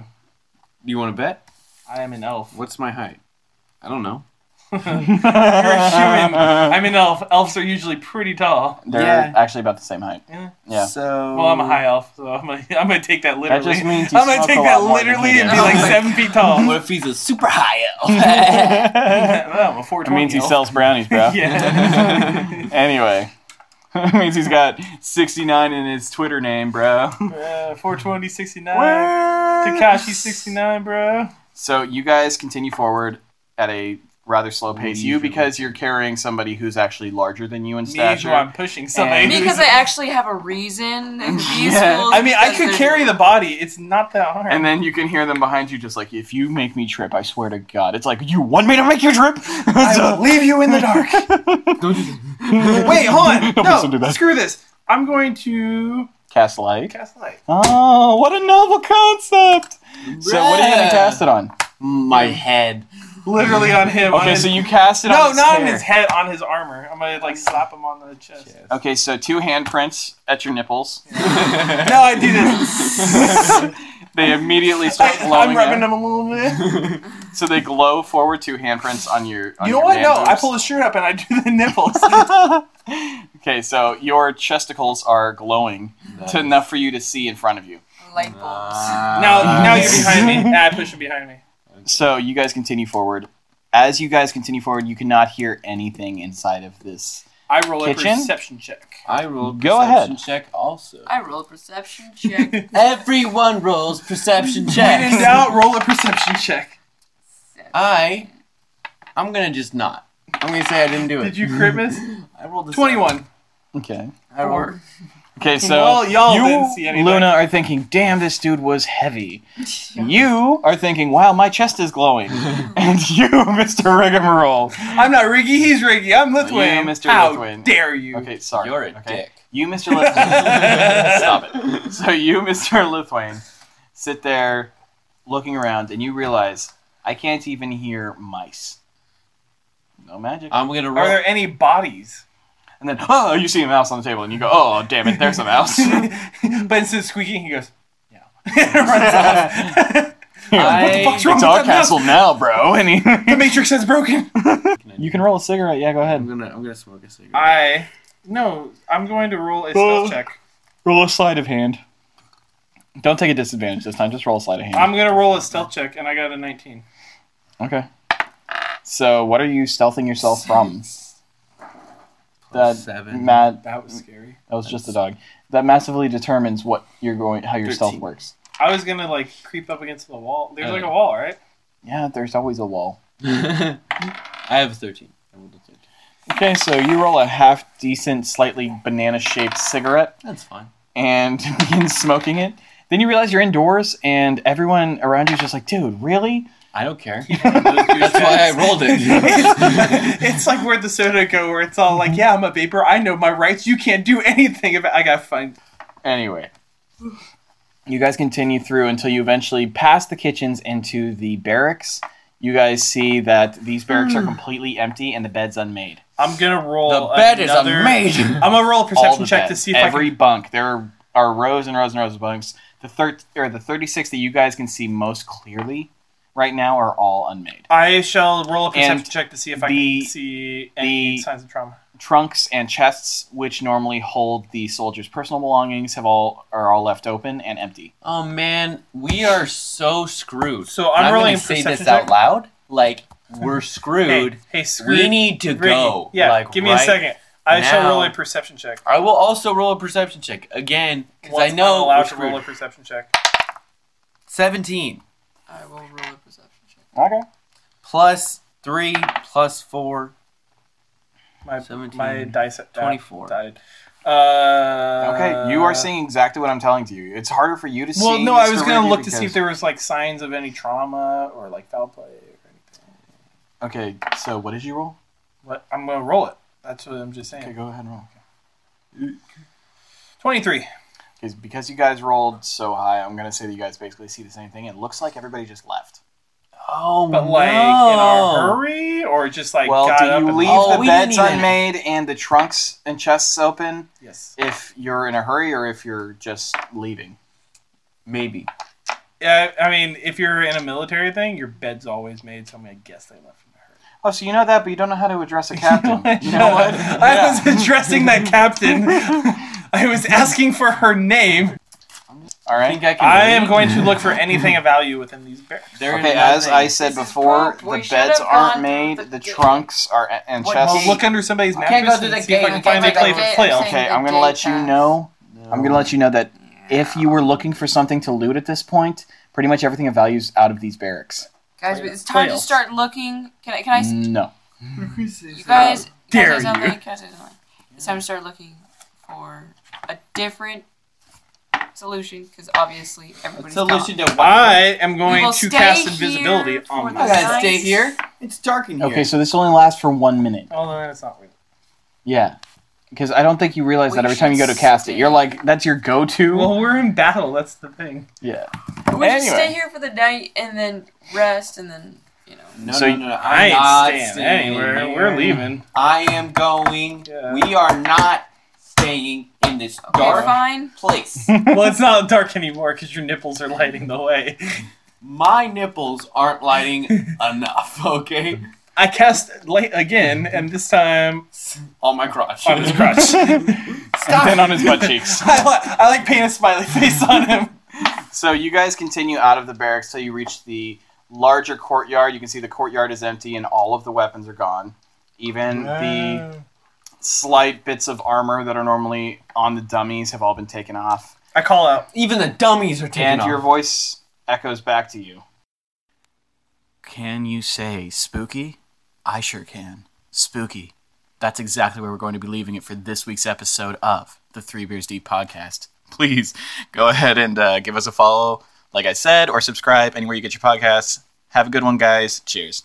S2: Do you want to bet?
S3: I am an elf.
S2: What's my height? I don't know.
S3: (laughs) You're a human. I'm an elf. Elves are usually pretty tall.
S1: (laughs) They're
S8: Yeah.
S1: actually about the same height. Yeah.
S8: So
S3: Well, I'm a
S2: (laughs)
S3: high elf, so I'm gonna, (laughs) I'm gonna take that
S1: Um, That
S3: literally.
S1: just means you
S3: I'm gonna
S1: smoke
S3: take
S1: a
S3: that
S1: lot more than
S3: literally
S1: he
S3: and
S1: did.
S3: be like seven feet tall.
S1: (laughs)
S3: (laughs)
S2: What if he's a super high elf?
S3: well, I'm a
S1: It
S3: 420
S1: means he
S3: elf.
S1: sells brownies, bro.
S3: (laughs) yeah.
S1: (laughs) Anyway, it means he's got 69 in his Twitter name, bro.
S3: uh, 420, 69. Takashi 69, bro.
S1: So you guys continue forward at a rather slow pace. You because you're carrying somebody who's actually larger than you in
S3: Me who
S1: stature.
S3: I'm pushing somebody.
S1: And-
S4: Because I actually have a reason. And
S3: (laughs)
S4: these
S1: Yeah.
S4: fools-
S3: I mean, I could
S4: because
S3: carry
S4: they're-
S3: the body. It's not that hard.
S1: and then you can hear them behind you, just like, if you make me trip, I swear to God. It's like, you want me to make you trip? (laughs)
S3: I will leave you in the dark.
S2: Don't you?
S3: Wait, hold on.
S1: Don't listen to
S3: No,
S1: that.
S3: screw this. I'm going to
S1: Cast light.
S3: cast light.
S1: Oh, what a novel concept! So, what are you going to cast it on?
S2: My head.
S3: Literally on him. on
S1: Okay,
S3: his-
S1: so you cast it on
S3: no,
S1: his
S3: not on
S1: hair.
S3: his head, on his armor. I'm gonna like slap him on the chest.
S1: Okay, so two handprints at your
S3: (laughs)
S1: nipples.
S3: No, I do
S2: (laughs)
S3: this.
S1: They immediately start
S3: I,
S1: glowing.
S3: I'm rubbing
S1: there.
S3: him a little bit.
S1: So they glow forward two handprints on your. On
S3: You know
S1: your
S3: what?
S1: man
S3: No, I
S1: boobs. (laughs)
S3: pull his shirt up and I do the nipples.
S1: okay, so your chesticles are glowing to enough for you to see in front of you.
S4: Light bulbs.
S3: now, now you're behind me. Nah, I push him behind me.
S1: So you guys continue forward. As you guys continue forward, you cannot hear anything inside of this.
S3: I roll a
S1: Kitchen?
S3: perception check.
S2: (laughs) I rolled
S1: Go
S2: perception check also.
S4: I roll a perception
S3: (laughs)
S4: check.
S2: Everyone rolls perception
S3: And
S2: checks.
S3: now roll a perception check.
S2: I, I'm gonna just not. I'm gonna say I didn't do it.
S3: Did you crit miss?
S2: I rolled a seven.
S3: 21.
S1: Okay.
S2: I
S4: (laughs)
S2: rolled.
S1: Okay, so
S3: Well, y'all
S1: you,
S3: didn't see anything.
S1: Luna, are thinking, "Damn, this dude was heavy." You are thinking, "Wow, my chest is glowing,"
S2: (laughs)
S1: and you, (laughs) Mister Rigmarole,
S3: I'm not Riggy, he's Riggy. I'm Lithwin.
S1: You, Mr.
S3: How
S1: Lithwin.
S3: dare you?
S1: Okay, sorry.
S2: You're a
S1: okay?
S2: dick.
S1: You, Mr.
S2: (laughs)
S1: Lithwain. Stop it. So you, (laughs) Mr. Lithwain, sit there looking around and you realize I can't even hear mice. No magic.
S2: I'm gonna
S3: Are
S2: roll.
S3: there any bodies? (laughs)
S1: And then, oh, you see a mouse on the table and you go, oh, damn it, there's a
S2: (laughs)
S1: mouse. (laughs)
S3: but instead of squeaking, he goes, yeah. (laughs) runs (laughs) off.
S2: I-
S3: fuck's wrong
S1: it's
S3: with
S1: our
S3: that mouse?
S1: castle now, bro. (laughs) And he-
S3: the Matrix has broken.
S1: you can roll a cigarette. Yeah, go
S2: I'm
S1: ahead.
S2: gonna. I'm gonna smoke a cigarette.
S3: I. No, I'm going to roll a stealth check.
S1: Roll a sleight of hand. Don't take a disadvantage this time. Just roll a sleight of hand.
S3: I'm going to roll a stealth check, and I got a 19.
S1: Okay. So, what are you stealthing yourself from?
S2: Plus
S3: Uh,
S1: That
S2: seven.
S1: Matt,
S3: That was scary.
S1: That was just the dog. That massively determines what you're going, how your stealth
S2: Thirteen.
S1: works.
S3: I was going to, like, creep up against the wall. There's, like,
S2: Uh,
S3: a wall, right?
S1: Yeah, there's always a wall.
S2: (laughs) I have a thirteen. I rolled a thirteen.
S1: Okay, so you roll a half decent, slightly banana shaped cigarette
S2: That's fine.
S1: and (laughs) begin smoking it. Then you realize you're indoors and everyone around you is just like, dude, really?
S2: I don't (laughs) care. (laughs) That's why I rolled it. (laughs)
S3: it's, (laughs) it's like where the soda go, where it's all like, yeah, I'm a vapor. I know my rights. You can't do (laughs) anything about. I got to find.
S1: Anyway, you guys continue through until you eventually pass the kitchens into the barracks. You guys see that these barracks
S2: Mm.
S1: are completely empty and the bed's unmade.
S3: I'm gonna roll.
S2: the bed is
S3: another-
S2: amazing.
S3: I'm gonna roll a
S1: all
S3: perception
S1: the
S3: check to
S1: beds.
S3: see if
S1: every
S3: I can.
S1: bunk there are rows and rows and rows of bunks. The thir- or the thirty six that you guys can see most clearly right now are all unmade.
S3: I shall roll a perception
S1: And
S3: check to see if I
S1: the-
S3: can see any
S1: the-
S3: signs of trauma.
S1: Trunks and chests, which normally hold the soldiers' personal belongings, have all are all left open and empty.
S2: Oh man, we are so screwed.
S3: So I'm
S2: And
S3: rolling
S2: gonna say
S3: perception
S2: this out
S3: check?
S2: loud. Like we're screwed.
S3: Hey, hey, screw
S2: we need to
S3: Ricky.
S2: go.
S3: Yeah,
S2: like,
S3: give me a
S2: right
S3: second. I shall
S2: now.
S3: roll a perception check.
S2: I will also roll a perception check again because I
S3: Once I'm
S2: know
S3: allowed
S2: we're
S3: to roll a
S2: screwed.
S3: perception check.
S2: Seventeen
S4: I will roll a perception check.
S1: Okay.
S2: plus three plus four.
S3: My,
S2: 17,
S3: my dice at
S2: 24.
S3: died. Uh,
S1: Okay, you are seeing exactly what I'm telling you. It's harder for you to see.
S3: Well, no, I
S1: Mr.
S3: was gonna
S1: Randy,
S3: look to see if
S1: because-
S3: there was like signs of any trauma or like foul play or anything.
S1: Okay, so what did you roll?
S3: But I'm gonna roll it. That's what I'm just saying.
S1: Okay, go ahead and roll.
S3: Twenty-three.
S1: Because because you guys rolled so high, I'm gonna say that you guys basically see the same thing. It looks like everybody just left.
S2: Oh
S3: But like in a hurry or just like
S1: well,
S3: got up
S1: do you
S3: and
S1: leave
S2: Oh,
S1: the
S2: we
S1: beds
S2: didn't even-
S1: unmade and the trunks and chests open
S3: Yes.
S1: if you're in a hurry or if you're just leaving?
S2: Maybe.
S3: Yeah, I mean, if you're in a military thing, your bed's always made. So I, mean, I guess they left in a hurry.
S1: Oh, so you know that, but you don't know how to address
S3: (laughs)
S1: a captain. you know what?
S3: I was addressing
S1: (laughs)
S3: that captain. I was asking for her name.
S1: All
S2: I
S1: right.
S2: think I can.
S3: I am
S2: leave.
S3: going to look for anything of value within these barracks.
S2: (laughs) There is
S1: Okay, as
S2: nothing.
S1: I said
S4: This is
S1: before,
S4: broke.
S1: the
S4: We should
S1: beds
S4: have
S1: aren't
S4: gone
S1: made,
S4: through
S1: the,
S4: the gate.
S1: trunks are and
S4: What
S1: chests.
S3: Well, look under somebody's
S2: I can't
S3: mattress
S2: go to the
S3: and see if I
S2: gate.
S3: can
S2: I
S3: find
S2: can't
S3: a
S2: go to
S3: clay
S2: the
S3: for
S2: gate.
S3: flail.
S1: okay,
S4: the
S1: I'm gonna
S4: gate
S1: let you
S4: pass.
S1: know. I'm gonna let you know that if you were looking for something to loot at this point, pretty much everything of value's out of these barracks.
S4: Guys, it's time to
S3: Fails.
S4: start looking. Can I? Can I? s-
S1: No.
S4: You guys,
S3: dare
S4: can I say something?
S3: you.
S4: Can I say something? It's time to start looking for a different solution because obviously
S2: A
S4: everybody's
S2: solution to
S3: I am
S4: We
S3: going
S4: will
S3: to
S4: stay
S3: cast
S4: here
S3: invisibility
S4: for
S3: on
S4: the
S2: I
S3: myself.
S2: gotta
S4: Nice.
S2: stay here. It's dark in here.
S1: Okay, so this only lasts for one minute.
S3: Although that's not weird.
S1: Yeah. Because I don't think you realize
S4: We
S1: that every time you go to
S4: should
S1: cast it,
S4: stay.
S1: you're like, that's your go to. (laughs)
S3: Well, we're in battle. That's the thing.
S1: yeah.
S4: gone. We just
S1: Anyway.
S4: stay here for the night and then rest and then you know.
S2: No,
S1: So
S2: no, no, no. I'm
S3: I
S2: not
S3: ain't staying anywhere. We're leaving.
S2: I am going.
S3: Yeah.
S2: We are not staying in this
S4: Okay,
S2: dark
S3: (laughs)
S4: fine.
S2: place.
S3: well, it's not dark anymore because your nipples are lighting the way.
S2: My nipples aren't lighting (laughs) enough. Okay,
S3: I cast light again, and this time
S2: on my crotch.
S3: on his (laughs) crotch.
S1: And then on his butt cheeks.
S3: I, li- I like paint a smiley face on him.
S1: So you guys continue out of the barracks till you reach the larger courtyard. You can see the courtyard is empty and all of the weapons are gone. Even the slight bits of armor that are normally on the dummies have all been taken off.
S3: I call out.
S2: Even the dummies are taking
S1: and
S2: off.
S1: your voice echoes back to you.
S8: Can you say spooky? I sure can. Spooky. That's exactly where we're going to be leaving it for this week's episode of the Three Beers Deep podcast. (laughs) Please go ahead and uh, give us a follow, like I said, or subscribe anywhere you get your podcasts. Have a good one, guys. Cheers.